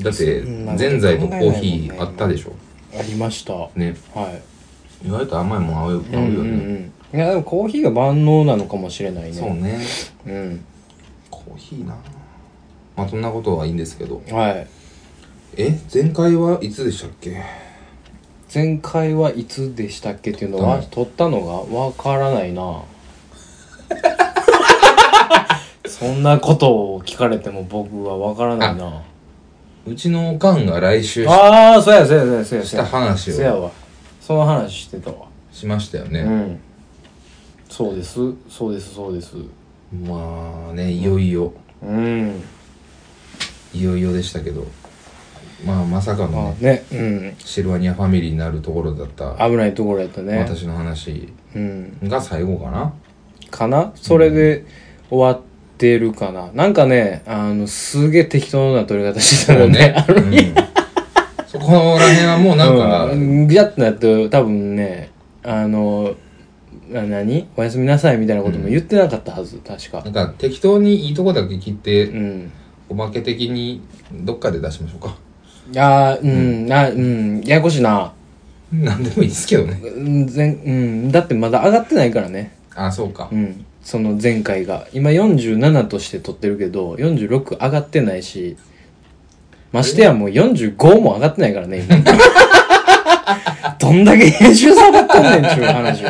[SPEAKER 2] だって
[SPEAKER 1] そんなこと
[SPEAKER 2] ぜんざいとコー
[SPEAKER 1] 考え
[SPEAKER 2] ヒ
[SPEAKER 1] ないもんね
[SPEAKER 2] ーあったでしょ
[SPEAKER 1] ありましたは
[SPEAKER 2] ね
[SPEAKER 1] い
[SPEAKER 2] 意外と甘いもん合う合うよね
[SPEAKER 1] んうん、いやでもコーヒーが万能なのかもしれないね
[SPEAKER 2] そうね
[SPEAKER 1] うん
[SPEAKER 2] コーヒーなまあそんなことはいいんですけど
[SPEAKER 1] はい
[SPEAKER 2] え前回はいつでしたっけ
[SPEAKER 1] 前回はいつでしたっけっていうのは
[SPEAKER 2] うん
[SPEAKER 1] 撮ったのがわからない なそんなことを聞かれても僕はわからないな
[SPEAKER 2] うちのおかんが来週
[SPEAKER 1] ああーそうやそうやそうやそうや
[SPEAKER 2] し
[SPEAKER 1] そうや
[SPEAKER 2] た話
[SPEAKER 1] そうや
[SPEAKER 2] を
[SPEAKER 1] わその話してたわ
[SPEAKER 2] しましたよ
[SPEAKER 1] う
[SPEAKER 2] ね、
[SPEAKER 1] んそうですそうですそうです
[SPEAKER 2] まあねいよいよ
[SPEAKER 1] うん
[SPEAKER 2] いよいよでしたけどまあまさか
[SPEAKER 1] ま
[SPEAKER 2] の
[SPEAKER 1] あ
[SPEAKER 2] ね
[SPEAKER 1] ね、うん、
[SPEAKER 2] シルバニアファミリーになるところだった
[SPEAKER 1] 危ないところやったね
[SPEAKER 2] 私の話
[SPEAKER 1] うん
[SPEAKER 2] が最後かな
[SPEAKER 1] かなそれで終わってるかな、なんかねあのすげえ適当な取り方してた
[SPEAKER 2] も
[SPEAKER 1] の
[SPEAKER 2] う
[SPEAKER 1] ね
[SPEAKER 2] ね、うんそこら辺はもうなんか、
[SPEAKER 1] うんぐちゃってなって多分ねあのな何おやすみなさいみたいなことも言ってなかったはず、確か
[SPEAKER 2] なんか適当にいいとこだけ切って、
[SPEAKER 1] うん
[SPEAKER 2] おまけ的にどっかで出しましょうか。
[SPEAKER 1] あーうん、あうんややこしいな、
[SPEAKER 2] なんでもいいですけどね。
[SPEAKER 1] うん全うん、だってまだ上がってないからね
[SPEAKER 2] あ、そうか
[SPEAKER 1] う。ん、その前回が今47として撮ってるけど46上がってないしましてやもう45も上がってないから ね今どんだけ編集さんがったんねんちゅう話を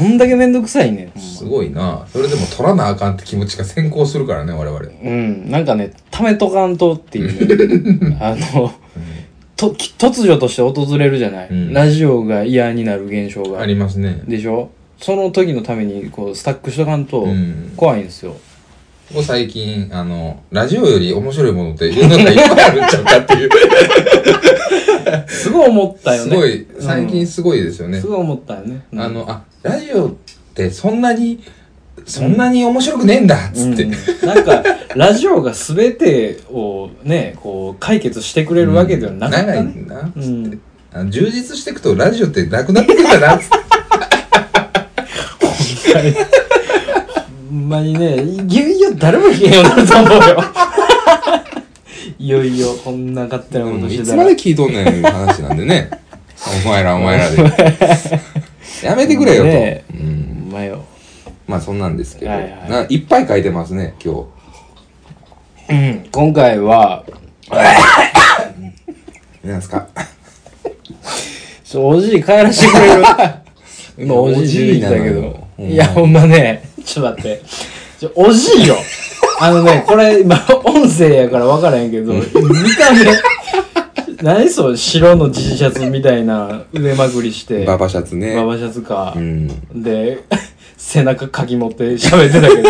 [SPEAKER 1] どんだけめんどくさいねんほん
[SPEAKER 2] す
[SPEAKER 1] ま
[SPEAKER 2] ごいな。それでも取らなあかんって気持ちが先行するからね、我々。
[SPEAKER 1] うんなんかねためとかんとっていう ねあのと突如として訪れるじゃない、
[SPEAKER 2] うん
[SPEAKER 1] ラジオが嫌になる現象
[SPEAKER 2] あ
[SPEAKER 1] が
[SPEAKER 2] りますね。
[SPEAKER 1] でしょその時のためにこうスタックしとかんと
[SPEAKER 2] うん
[SPEAKER 1] 怖いんですよ、
[SPEAKER 2] ここ最近、あの、ラジオより面白いものって世の中いっぱいあるんちゃうかっていう。
[SPEAKER 1] すごい思ったよ
[SPEAKER 2] す
[SPEAKER 1] ね。
[SPEAKER 2] ごい、最
[SPEAKER 1] う
[SPEAKER 2] 近
[SPEAKER 1] ん
[SPEAKER 2] すごいですよね
[SPEAKER 1] す。ごい思ったよね。
[SPEAKER 2] あの、あ、ラジオってそんなに、そんなに面白くねえんだっ
[SPEAKER 1] うん、
[SPEAKER 2] つって。
[SPEAKER 1] うんなんか、ラジオが全てをね、こう、解決してくれるわけではなかった
[SPEAKER 2] 長
[SPEAKER 1] ね。
[SPEAKER 2] いな。
[SPEAKER 1] うん。
[SPEAKER 2] あの充実していくとラジオってなくなってくるんだなっつって
[SPEAKER 1] ほんまにね、いよいよ誰も聞けんようになると思うよ。 いよいよ、こんな勝手なことし
[SPEAKER 2] い
[SPEAKER 1] て
[SPEAKER 2] つ
[SPEAKER 1] た
[SPEAKER 2] ま
[SPEAKER 1] ら。
[SPEAKER 2] で聞いとんねんいう話なん でねお前らお前らでやめてくれよと、
[SPEAKER 1] ねえ
[SPEAKER 2] うん、
[SPEAKER 1] ほんまよ。
[SPEAKER 2] まあそんなんですけど、
[SPEAKER 1] はいはい
[SPEAKER 2] ないっぱい書いてますね今日
[SPEAKER 1] うん。今回は、
[SPEAKER 2] 何ですか
[SPEAKER 1] ちょ、おじい帰らしてくれる 今、おじいだけ
[SPEAKER 2] おじいなの
[SPEAKER 1] ど。
[SPEAKER 2] よほんまに
[SPEAKER 1] いや、ほんまね、ちょっと待って。ちょ、おじいよ。あのね、これ、今、音声やから分からへんけど、見た目、何それ、白の G シャツみたいな上まくりして、
[SPEAKER 2] バ
[SPEAKER 1] バ
[SPEAKER 2] バシャツね
[SPEAKER 1] バシャツか
[SPEAKER 2] う。ん
[SPEAKER 1] で、背中かき持って喋ってたけ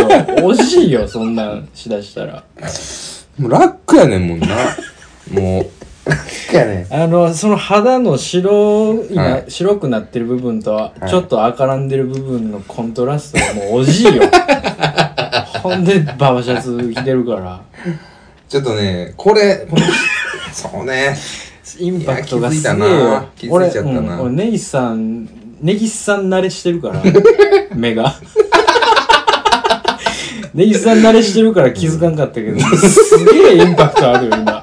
[SPEAKER 1] ど、おじいよ、そんなんしだしたら。
[SPEAKER 2] もうラックやねんもんなもうラックやねん
[SPEAKER 1] あの、その肌の白いな、
[SPEAKER 2] はい
[SPEAKER 1] 白くなってる部分と、
[SPEAKER 2] い
[SPEAKER 1] ちょっと赤らんでる部分のコントラストがもうおじい よ。ほんで、ババシャツ着てるから。
[SPEAKER 2] ちょっとねこれこのそうね。
[SPEAKER 1] インパクトがすげえ
[SPEAKER 2] いや気づ
[SPEAKER 1] 俺
[SPEAKER 2] いたな気づいちゃったな
[SPEAKER 1] うん俺根岸さん根岸さん慣れしてるから 目が根岸さん慣れしてるから気づかんかったけどすげえインパクトあるよ今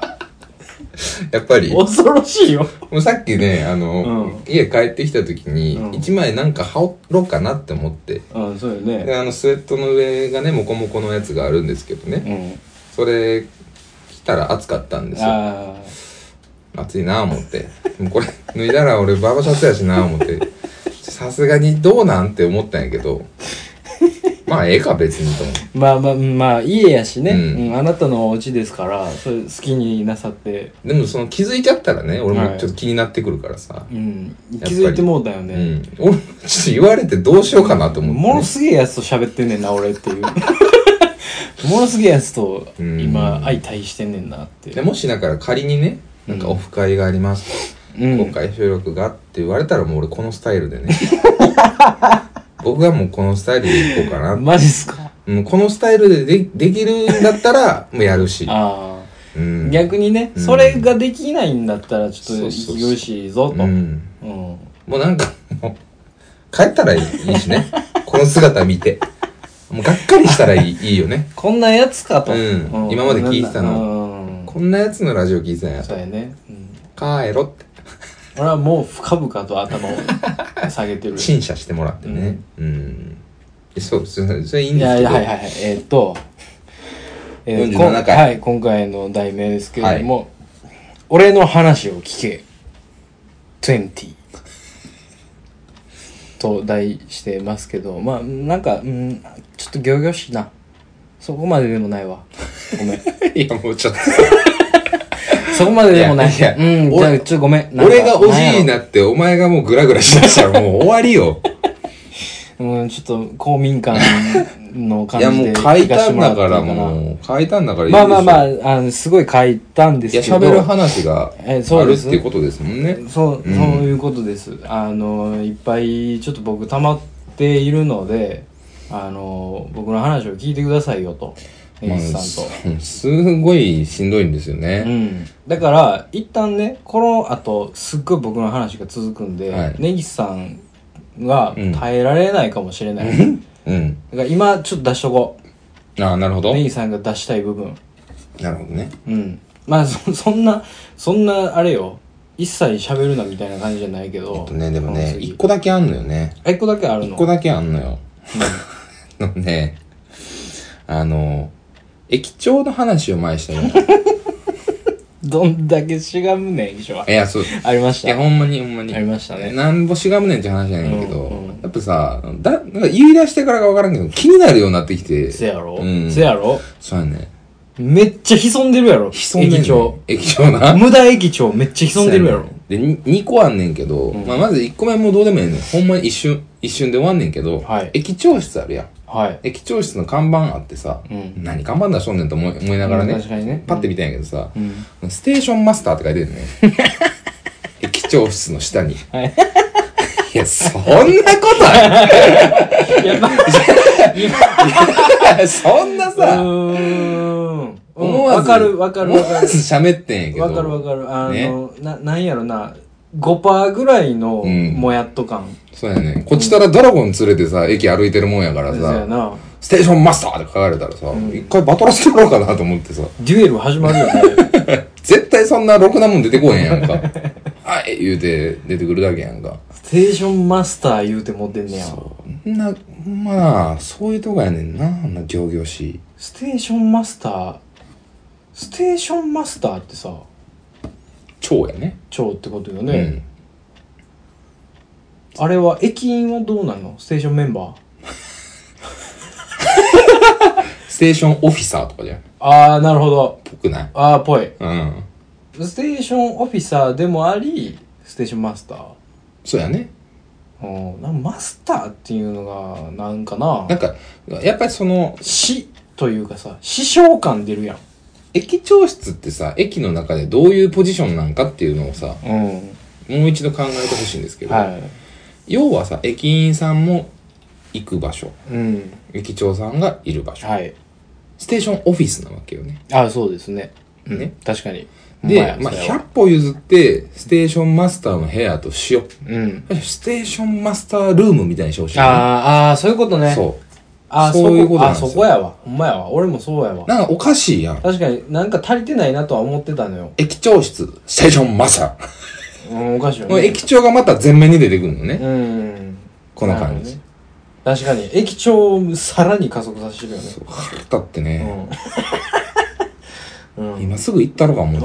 [SPEAKER 2] やっぱり。
[SPEAKER 1] 恐ろしいよ
[SPEAKER 2] もうさっきね、あの、家帰ってきた時
[SPEAKER 1] うん
[SPEAKER 2] に、一枚なんか羽織ろうかなって思って。
[SPEAKER 1] うんそうよね
[SPEAKER 2] で、あの、スウェットの上がね、モコモコのやつがあるんですけど
[SPEAKER 1] う
[SPEAKER 2] ね。
[SPEAKER 1] ん
[SPEAKER 2] それ、着たら暑かったんですよ。
[SPEAKER 1] ああ
[SPEAKER 2] 暑いなぁ思って。でもこれ、 脱いだら俺バーバーシャツやしなぁ思って。さすがにどうなんて思ったんやけど。まあ、ええか、別にと思って。
[SPEAKER 1] まあまあうんまあ家やしね、
[SPEAKER 2] うん
[SPEAKER 1] うんあなたのお家ですからそれ好きになさって、
[SPEAKER 2] でも、その気づいちゃったらね、俺
[SPEAKER 1] は
[SPEAKER 2] も
[SPEAKER 1] い
[SPEAKER 2] ちょっと気になってくるからさ。
[SPEAKER 1] うん、
[SPEAKER 2] ぱ
[SPEAKER 1] 気
[SPEAKER 2] り
[SPEAKER 1] づいてもうだよ
[SPEAKER 2] う
[SPEAKER 1] ね、
[SPEAKER 2] ん。俺、ちょっと言われてどうしようかなと思ってね、
[SPEAKER 1] ものすげえやつと喋ってんねんな俺って いうものすげえやつと今
[SPEAKER 2] うん
[SPEAKER 1] 相対してんねんなって
[SPEAKER 2] でもしだから仮にね、なんかオフ会があります、
[SPEAKER 1] うん
[SPEAKER 2] 今回収録がって言われたらもう俺このスタイルで ね。僕はもうこのスタイルでいこうかな。
[SPEAKER 1] マジっすか
[SPEAKER 2] うん、このスタイルででできるんだったら、 もうやるし。
[SPEAKER 1] あ
[SPEAKER 2] う
[SPEAKER 1] あ、
[SPEAKER 2] ん、
[SPEAKER 1] 逆にね、
[SPEAKER 2] うん
[SPEAKER 1] それができないんだったらちょっと
[SPEAKER 2] そうそう
[SPEAKER 1] 息
[SPEAKER 2] そう
[SPEAKER 1] 苦しいぞと
[SPEAKER 2] うん、
[SPEAKER 1] うん
[SPEAKER 2] もうなんかもう帰ったらいいし ねこの姿見てもうがっかりしたらいいいいよね
[SPEAKER 1] こんなやつかと、
[SPEAKER 2] うん今まで聞いてた
[SPEAKER 1] のうん
[SPEAKER 2] こんなやつのラジオ聞いてたんや
[SPEAKER 1] そうやね、うん、
[SPEAKER 2] 帰ろって
[SPEAKER 1] 俺はもう深々と頭を下げて る
[SPEAKER 2] 陳謝してもらってねうん、えそうそれそれいいん
[SPEAKER 1] い
[SPEAKER 2] です
[SPEAKER 1] やい
[SPEAKER 2] けど
[SPEAKER 1] やはいはいはいえーっと、えー
[SPEAKER 2] 47
[SPEAKER 1] こん
[SPEAKER 2] 回
[SPEAKER 1] はい今回の題名ですけれども、俺の話を聞け20と題してますけどまあなんか、うん、ちょっと仰々しいなそこまででもないわご めん
[SPEAKER 2] いやもうちょっと
[SPEAKER 1] そこまででもない
[SPEAKER 2] いやいや
[SPEAKER 1] うんじゃあ
[SPEAKER 2] 俺
[SPEAKER 1] ちょっとごめんなんか
[SPEAKER 2] 俺がおじいに
[SPEAKER 1] んや
[SPEAKER 2] なってお前がもうグラグラしだしたらもう終わりよ
[SPEAKER 1] ろうんちょっと公民館の感
[SPEAKER 2] い
[SPEAKER 1] じ
[SPEAKER 2] や
[SPEAKER 1] で
[SPEAKER 2] もう書いたんだからもう書いたんだからいい
[SPEAKER 1] ま
[SPEAKER 2] でし
[SPEAKER 1] あ
[SPEAKER 2] ょ
[SPEAKER 1] まあまああのすごい書いたんで
[SPEAKER 2] い
[SPEAKER 1] す
[SPEAKER 2] や
[SPEAKER 1] けど
[SPEAKER 2] 喋る話がある
[SPEAKER 1] え
[SPEAKER 2] っ
[SPEAKER 1] そうです
[SPEAKER 2] ていうことですもんね
[SPEAKER 1] そう、
[SPEAKER 2] うん
[SPEAKER 1] そういうことです。あの、いっぱいちょっと僕溜まっているので、あの、僕の話を聞いてくださいよと、
[SPEAKER 2] ま
[SPEAKER 1] 根
[SPEAKER 2] あ
[SPEAKER 1] 岸さんと。
[SPEAKER 2] すすごいしんどいんですよね、
[SPEAKER 1] うん。だから、一旦ね、この後、すっごい僕の話が続くんで、
[SPEAKER 2] はい
[SPEAKER 1] 根岸さんが
[SPEAKER 2] うん
[SPEAKER 1] 耐えられないかもしれない。だ
[SPEAKER 2] うん。
[SPEAKER 1] から今、ちょっと出しとこ
[SPEAKER 2] ああ、なるほ
[SPEAKER 1] う。
[SPEAKER 2] ど。
[SPEAKER 1] 根岸さんが出したい部分。
[SPEAKER 2] なるほどね。
[SPEAKER 1] うん。まあ、そ そんな、そんな、あれよ。一切喋るなみたいな感じじゃないけど。
[SPEAKER 2] えっとね、でもね
[SPEAKER 1] う、ん
[SPEAKER 2] 一。個だけあんのよね。
[SPEAKER 1] あ一個だけあるの
[SPEAKER 2] 一個だけあんのよ。 のね、あの、駅長の話を前にしたの。
[SPEAKER 1] どんだけしがむねん、一緒は。
[SPEAKER 2] いや、そう。い
[SPEAKER 1] ありました。
[SPEAKER 2] や、ほんまにほんまに。
[SPEAKER 1] ありましたね
[SPEAKER 2] なんぼしがむねんって話じゃないけど、
[SPEAKER 1] うんうん
[SPEAKER 2] やっぱさ、だ、なんか言い出してからかわからんけど、気になるようになってきて。
[SPEAKER 1] せやろ、
[SPEAKER 2] うん
[SPEAKER 1] せやろ
[SPEAKER 2] そうやね。
[SPEAKER 1] めっちゃ潜んでるやろ。
[SPEAKER 2] 潜んでんねん
[SPEAKER 1] 駅長。。
[SPEAKER 2] 駅長 な。
[SPEAKER 1] 無駄駅長めっちゃ潜んでるやろ。
[SPEAKER 2] で、2個あんねんけど、まあ、まず1個目もうどうでもいいねん。ほんまに一瞬、一瞬で終わんねんけど、
[SPEAKER 1] はい
[SPEAKER 2] 駅長室あるやん。
[SPEAKER 1] はい。
[SPEAKER 2] 駅長室の看板あってさ、
[SPEAKER 1] うん
[SPEAKER 2] 何看板出しとんねんと思い思いながらね,、
[SPEAKER 1] うん確かにね
[SPEAKER 2] パッて見たんやけどさ、
[SPEAKER 1] ん
[SPEAKER 2] ステーションマスターって書いてるね 駅長室の下に、
[SPEAKER 1] はい
[SPEAKER 2] い、やそんなことあ
[SPEAKER 1] やばい。
[SPEAKER 2] るそんな
[SPEAKER 1] う
[SPEAKER 2] さ、
[SPEAKER 1] ーん。
[SPEAKER 2] 思わず
[SPEAKER 1] わかるわかる
[SPEAKER 2] 思
[SPEAKER 1] わか
[SPEAKER 2] わ
[SPEAKER 1] る。
[SPEAKER 2] ず喋ってんやけど
[SPEAKER 1] わかるわかる。あの
[SPEAKER 2] ね、
[SPEAKER 1] な、なんやろな。5%ぐらいの
[SPEAKER 2] ん
[SPEAKER 1] もやっと感。
[SPEAKER 2] そうやねこっちからドラゴン連れてさ駅歩いてるもんやから
[SPEAKER 1] そう
[SPEAKER 2] さ、
[SPEAKER 1] やな。
[SPEAKER 2] ステーションマスターって書かれたらさ、一回バトらせてもらおうかなと思ってさ
[SPEAKER 1] デュエル始まる よね。
[SPEAKER 2] 絶対そんなろくなもん出てこへんやん かはい言うて出てくるだけやんか
[SPEAKER 1] ステーションマスター言うて持ってんねや。
[SPEAKER 2] そんな、ほんまな、そういうとこやねんな、あんな行々しい。
[SPEAKER 1] ステーションマスター、ステーションマスターってさ、
[SPEAKER 2] 蝶やね。
[SPEAKER 1] 長ってことよ
[SPEAKER 2] う
[SPEAKER 1] ね。
[SPEAKER 2] ん。
[SPEAKER 1] あれは、駅員はどうなんのステーションメンバー。
[SPEAKER 2] ステーションオフィサーとかじゃん。っ
[SPEAKER 1] あー、なるほど。
[SPEAKER 2] ぽくない
[SPEAKER 1] あー、ぽい。
[SPEAKER 2] うん。
[SPEAKER 1] ステーションオフィサーでもあり、ステーションマスター。
[SPEAKER 2] そうやね。
[SPEAKER 1] うん、なんかマスターっていうのが、なんかな
[SPEAKER 2] なんか、やっぱりその、
[SPEAKER 1] 師というかさ、師匠感出るやん。
[SPEAKER 2] 駅長室ってさ、駅の中でどういうポジションなんかっていうのをさ、
[SPEAKER 1] うん。
[SPEAKER 2] もう一度考えてほしいんですけど、
[SPEAKER 1] は
[SPEAKER 2] 要はさ、駅員さんも行く場所、
[SPEAKER 1] い。うん。
[SPEAKER 2] 駅長さんがいる場所、
[SPEAKER 1] はい。
[SPEAKER 2] ステーションオフィスなわけよね。
[SPEAKER 1] あー、そうですね。うん、
[SPEAKER 2] ね
[SPEAKER 1] 確かに。ほん
[SPEAKER 2] で
[SPEAKER 1] や、
[SPEAKER 2] まあ、
[SPEAKER 1] それは
[SPEAKER 2] 100歩譲って、ステーションマスターの部屋としよ
[SPEAKER 1] うん。
[SPEAKER 2] う。ステーションマスタールームみたいにしてほしい、
[SPEAKER 1] あーあー、そういうことね。う。
[SPEAKER 2] そう。
[SPEAKER 1] あー
[SPEAKER 2] そういうことなん
[SPEAKER 1] あ
[SPEAKER 2] ですよ
[SPEAKER 1] そこやわ。ほんまやわ。俺もそうやわ。
[SPEAKER 2] なんかおかしいやん。
[SPEAKER 1] 確かになんか足りてないなとは思ってたのよ。
[SPEAKER 2] 駅長室、ステーションマスタ
[SPEAKER 1] うん、おかしいよ
[SPEAKER 2] ー。もう
[SPEAKER 1] ね。
[SPEAKER 2] 駅長がまた前面に出てくるのね。
[SPEAKER 1] うん。
[SPEAKER 2] こんな感じ
[SPEAKER 1] るほどね。確かに、駅長をさらに加速させてるよね。
[SPEAKER 2] 腹立ってね、
[SPEAKER 1] うん。うん
[SPEAKER 2] 今すぐ行ったのかも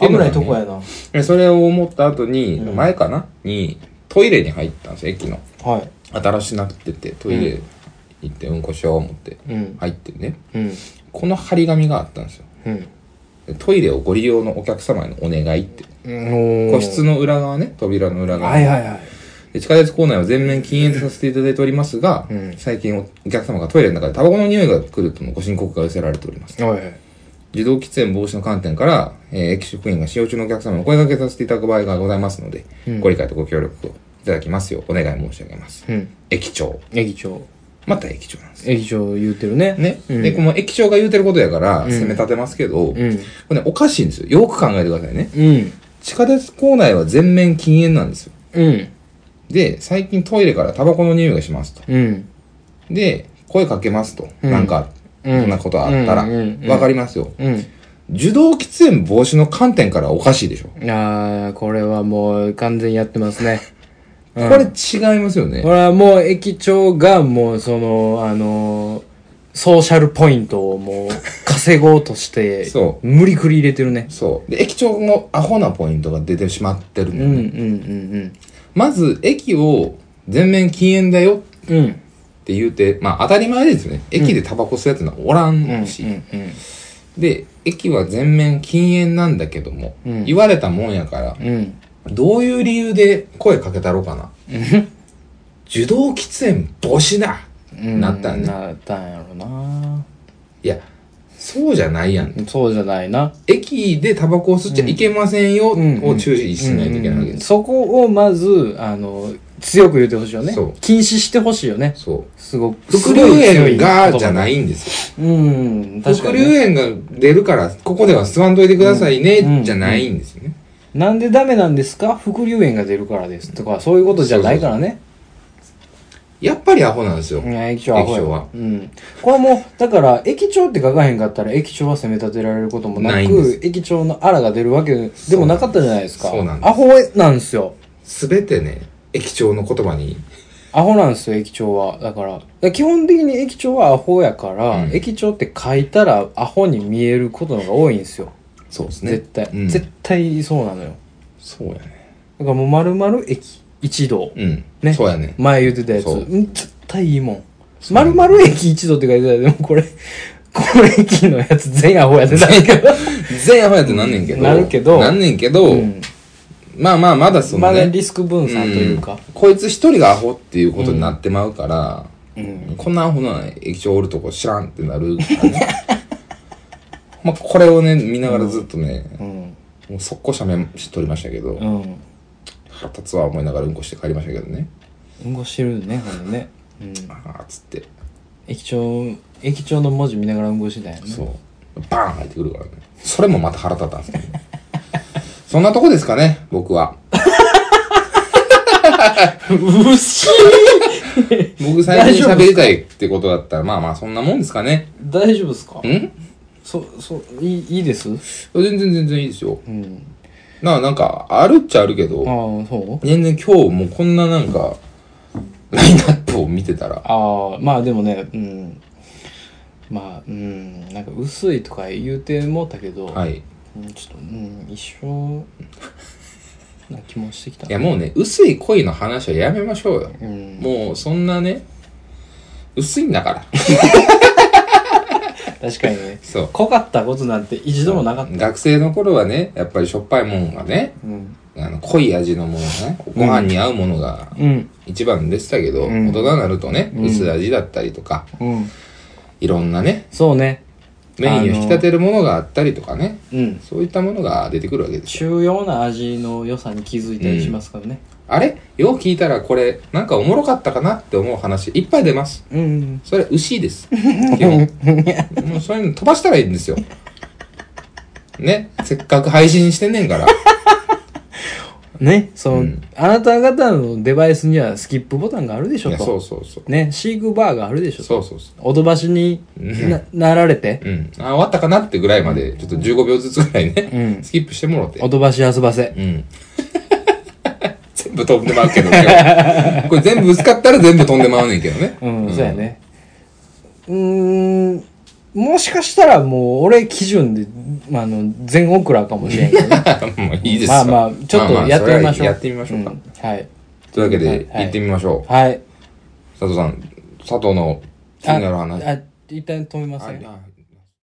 [SPEAKER 2] う、
[SPEAKER 1] うん。危ないとこやな。は
[SPEAKER 2] でそれを思った後に、
[SPEAKER 1] うん
[SPEAKER 2] 前かなに、トイレに入ったんですよ、駅の。
[SPEAKER 1] い。
[SPEAKER 2] 新しなってて、トイレ行ってうんこしよう思って、
[SPEAKER 1] うん。
[SPEAKER 2] 入ってね。
[SPEAKER 1] うん。
[SPEAKER 2] この張り紙があったんですよ。
[SPEAKER 1] うん。
[SPEAKER 2] でトイレをご利用のお客様へのお願いっ
[SPEAKER 1] う
[SPEAKER 2] て。
[SPEAKER 1] ん
[SPEAKER 2] 個室の裏側ね、扉の裏側。
[SPEAKER 1] はいはいはい。
[SPEAKER 2] で地下鉄構内は全面禁煙させていただいておりますが、
[SPEAKER 1] うん
[SPEAKER 2] 最近お客様がトイレの中でタバコの匂いが来るとのご申告が寄せられております。
[SPEAKER 1] おい。
[SPEAKER 2] 自動喫煙防止の観点から、えー駅職員が使用中のお客様にお声掛けさせていただく場合がございますので、
[SPEAKER 1] うん
[SPEAKER 2] ご理解とご協力をいただきますようお願い申し上げます。
[SPEAKER 1] うん。
[SPEAKER 2] 駅長。
[SPEAKER 1] 駅長。
[SPEAKER 2] また駅長なんですよ。
[SPEAKER 1] 駅長言うてるね。
[SPEAKER 2] ね。
[SPEAKER 1] うん
[SPEAKER 2] で、この駅長が言うてることやから、
[SPEAKER 1] ん
[SPEAKER 2] 責め立てますけど、こ
[SPEAKER 1] うん。
[SPEAKER 2] れね、おかしいんですよ。よく考えてくださいね。
[SPEAKER 1] うん。
[SPEAKER 2] 地下鉄構内は全面禁煙なんですよ。
[SPEAKER 1] うん。
[SPEAKER 2] で、最近トイレからタバコの匂いがしますと。
[SPEAKER 1] うん。
[SPEAKER 2] で、声かけますと。
[SPEAKER 1] うん
[SPEAKER 2] なんか、そ
[SPEAKER 1] うん
[SPEAKER 2] んなことあったら。
[SPEAKER 1] うんうんうん
[SPEAKER 2] わかりますよ。
[SPEAKER 1] うん。
[SPEAKER 2] 受動喫煙防止の観点からおかしいでしょ。
[SPEAKER 1] あー、これはもう完全にやってますね。
[SPEAKER 2] これ違いますよね
[SPEAKER 1] こ。れはもう駅長がもうその、あのーソーシャルポイントをもう稼ごうとして、
[SPEAKER 2] そう
[SPEAKER 1] 無理くり入れてるね。
[SPEAKER 2] そう。で、駅長のアホなポイントが出てしまってる
[SPEAKER 1] う
[SPEAKER 2] の
[SPEAKER 1] んう
[SPEAKER 2] よ
[SPEAKER 1] ん
[SPEAKER 2] ね、まず、駅を全面禁煙だよっ
[SPEAKER 1] うんうん。うん。
[SPEAKER 2] て言うて、まあ当たり前ですよね。駅でタバコ吸うやつのはおらんし。で、駅は全面禁煙なんだけども、
[SPEAKER 1] うん
[SPEAKER 2] 言われたもんやから、
[SPEAKER 1] うん。うん。
[SPEAKER 2] どういう理由で声かけたろうかな。受動喫煙防止だ
[SPEAKER 1] うん。
[SPEAKER 2] なったんだ。
[SPEAKER 1] なったんやろない
[SPEAKER 2] や、そうじゃないやん。
[SPEAKER 1] そうじゃないな。
[SPEAKER 2] 駅でタバコを吸っちゃいけませんよ、
[SPEAKER 1] うん
[SPEAKER 2] を注意しないといけないわけです。
[SPEAKER 1] そこをまず、あの、強く言ってほしいよね
[SPEAKER 2] そう。
[SPEAKER 1] 禁止してほしいよね。
[SPEAKER 2] そう。
[SPEAKER 1] すごく。
[SPEAKER 2] 副流炎がじゃ
[SPEAKER 1] い。
[SPEAKER 2] ないんです
[SPEAKER 1] うん。
[SPEAKER 2] よ。
[SPEAKER 1] 確か
[SPEAKER 2] 副
[SPEAKER 1] に
[SPEAKER 2] 流
[SPEAKER 1] ね、
[SPEAKER 2] 炎が出るから、ここでは吸わんといてくださいね、
[SPEAKER 1] うん
[SPEAKER 2] じゃないんですよね。
[SPEAKER 1] なんでダメなんですか副流炎が出るからですとか、そういうことじゃないからね。
[SPEAKER 2] やっぱりアホなんですよ。
[SPEAKER 1] いや、駅長はアホや
[SPEAKER 2] 駅長
[SPEAKER 1] わ
[SPEAKER 2] は。
[SPEAKER 1] うん。これはもう、だから、駅長って書かへんかったら、駅長は責め立てられることもな
[SPEAKER 2] ないん
[SPEAKER 1] く
[SPEAKER 2] で、
[SPEAKER 1] 駅長のあらが出るわけでもなかったじゃないですか。
[SPEAKER 2] そうなんです
[SPEAKER 1] アホなんですよ。
[SPEAKER 2] すべてね、駅長の言葉に、
[SPEAKER 1] アホなんですよ、駅長は。だから、だから基本的に駅長はアホやから、
[SPEAKER 2] うん
[SPEAKER 1] 駅長って書いたらアホに見えることの方が多いんですよ。
[SPEAKER 2] そうです
[SPEAKER 1] 絶対、
[SPEAKER 2] うん
[SPEAKER 1] 絶対そうなのよ。
[SPEAKER 2] そうやね。
[SPEAKER 1] だからもう丸々駅、一同。
[SPEAKER 2] うん。
[SPEAKER 1] ね
[SPEAKER 2] そうやね。
[SPEAKER 1] 前言ってたやつ。
[SPEAKER 2] そう
[SPEAKER 1] うん絶対いいもん。
[SPEAKER 2] そう
[SPEAKER 1] 丸々駅一度って書いてたら、でもこれ、 この駅のやつ全員アホやでないけど。
[SPEAKER 2] 全員アホやってなんねんけど。
[SPEAKER 1] なるけど
[SPEAKER 2] なんねんけど、
[SPEAKER 1] うん
[SPEAKER 2] まあまあ、まだその
[SPEAKER 1] まだ
[SPEAKER 2] ね。
[SPEAKER 1] リスク分散というか。
[SPEAKER 2] んこいつ一人がアホっていうことになってまうから、
[SPEAKER 1] うん
[SPEAKER 2] こんなアホな駅長おるとこ知らんってなるからね。 まあ、これをね、見ながらずっとね、
[SPEAKER 1] うん。
[SPEAKER 2] もう速攻斜面しとりましたけど、
[SPEAKER 1] うん。
[SPEAKER 2] 腹立つわ思いながらうんこして帰りましたけどね。
[SPEAKER 1] うんこしてるね、ほんでね。うん。
[SPEAKER 2] ああ、つって。
[SPEAKER 1] 駅長、駅長の文字見ながらうんこしてたんやね。
[SPEAKER 2] そう。バーン入ってくるからね。それもまた腹立ったんですけどね。そんなとこですかね、僕は。
[SPEAKER 1] うっし
[SPEAKER 2] 僕最近喋りたいってことだったら、まあまあそんなもんですかね。
[SPEAKER 1] 大丈夫ですか
[SPEAKER 2] ん
[SPEAKER 1] そ、そ、いい、いいです
[SPEAKER 2] 全然全然いいですよ。
[SPEAKER 1] うん。
[SPEAKER 2] なあ、なんか、あるっちゃあるけ
[SPEAKER 1] ああ、
[SPEAKER 2] ど、
[SPEAKER 1] そう
[SPEAKER 2] 全然今日もうこんななんか、ラインナップを見てたら、
[SPEAKER 1] ああ、まあでもね、うん。まあ、うん、なんか薄いとか言うてもうたけど、
[SPEAKER 2] はい。い
[SPEAKER 1] うんちょっと、うん、一生、な気もしてきた。
[SPEAKER 2] やもうね、薄い恋の話はやめましょうよ。
[SPEAKER 1] うん、
[SPEAKER 2] もうそんなね、薄いんだから。
[SPEAKER 1] 確かにね。
[SPEAKER 2] そう。
[SPEAKER 1] 濃かったことなんて一度もなかった。
[SPEAKER 2] 学生の頃はね、やっぱりしょっぱいもんがね、
[SPEAKER 1] うん。
[SPEAKER 2] あの濃い味のものがね、ご飯に合うものが
[SPEAKER 1] うん。
[SPEAKER 2] 一番でしたけど、
[SPEAKER 1] うん
[SPEAKER 2] 大人になるとね、
[SPEAKER 1] うん
[SPEAKER 2] 薄い味だったりとか、
[SPEAKER 1] うん。
[SPEAKER 2] いろんなね、
[SPEAKER 1] そうね。
[SPEAKER 2] メインを引き立てるものがあったりとかね、
[SPEAKER 1] うん。
[SPEAKER 2] そういったものが出てくるわけですよ。
[SPEAKER 1] 重要な味の良さに気づいたりしますからね。
[SPEAKER 2] あれよう聞いたらこれ、なんかおもろかったかなって思う話、いっぱい出ます。
[SPEAKER 1] うん。
[SPEAKER 2] それ、 牛です。基本。もうそういうの飛ばしたらいいんですよ。ね。せっかく配信してんねんから。
[SPEAKER 1] ね、その、
[SPEAKER 2] うん
[SPEAKER 1] あなた方のデバイスにはスキップボタンがあるでし
[SPEAKER 2] い
[SPEAKER 1] ょ
[SPEAKER 2] やそ
[SPEAKER 1] と。
[SPEAKER 2] うそうそう。
[SPEAKER 1] ね、飼育バーがあるでしょと。
[SPEAKER 2] そうそうそ
[SPEAKER 1] おどばしにななられて、
[SPEAKER 2] う。うん。あ、終わったかなってぐらいまで、ちょっと15秒ずつぐらいね、
[SPEAKER 1] うん
[SPEAKER 2] スキップしてもろて
[SPEAKER 1] お。どばし遊ばせ。
[SPEAKER 2] うん。 全部飛んでまうけどね。 これ全部ぶつかったら全部飛んでまうねんけどね。
[SPEAKER 1] うん、そう やね。うーん、もしかしたらもう俺基準で、まあ、あの、全オクラかもしれんけど ね。
[SPEAKER 2] もういいです
[SPEAKER 1] まあ
[SPEAKER 2] よ
[SPEAKER 1] まあ、ちょっと
[SPEAKER 2] まあまあ
[SPEAKER 1] やってみましょう。
[SPEAKER 2] それはやってみましょうか。
[SPEAKER 1] んはい。
[SPEAKER 2] というわけ
[SPEAKER 1] はい
[SPEAKER 2] で、
[SPEAKER 1] はい
[SPEAKER 2] 行ってみましょう。
[SPEAKER 1] はい。
[SPEAKER 2] 佐藤さん、佐藤の気になる話。
[SPEAKER 1] あ、あ一旦止めま
[SPEAKER 2] は
[SPEAKER 1] す
[SPEAKER 2] い
[SPEAKER 1] ね。
[SPEAKER 2] はい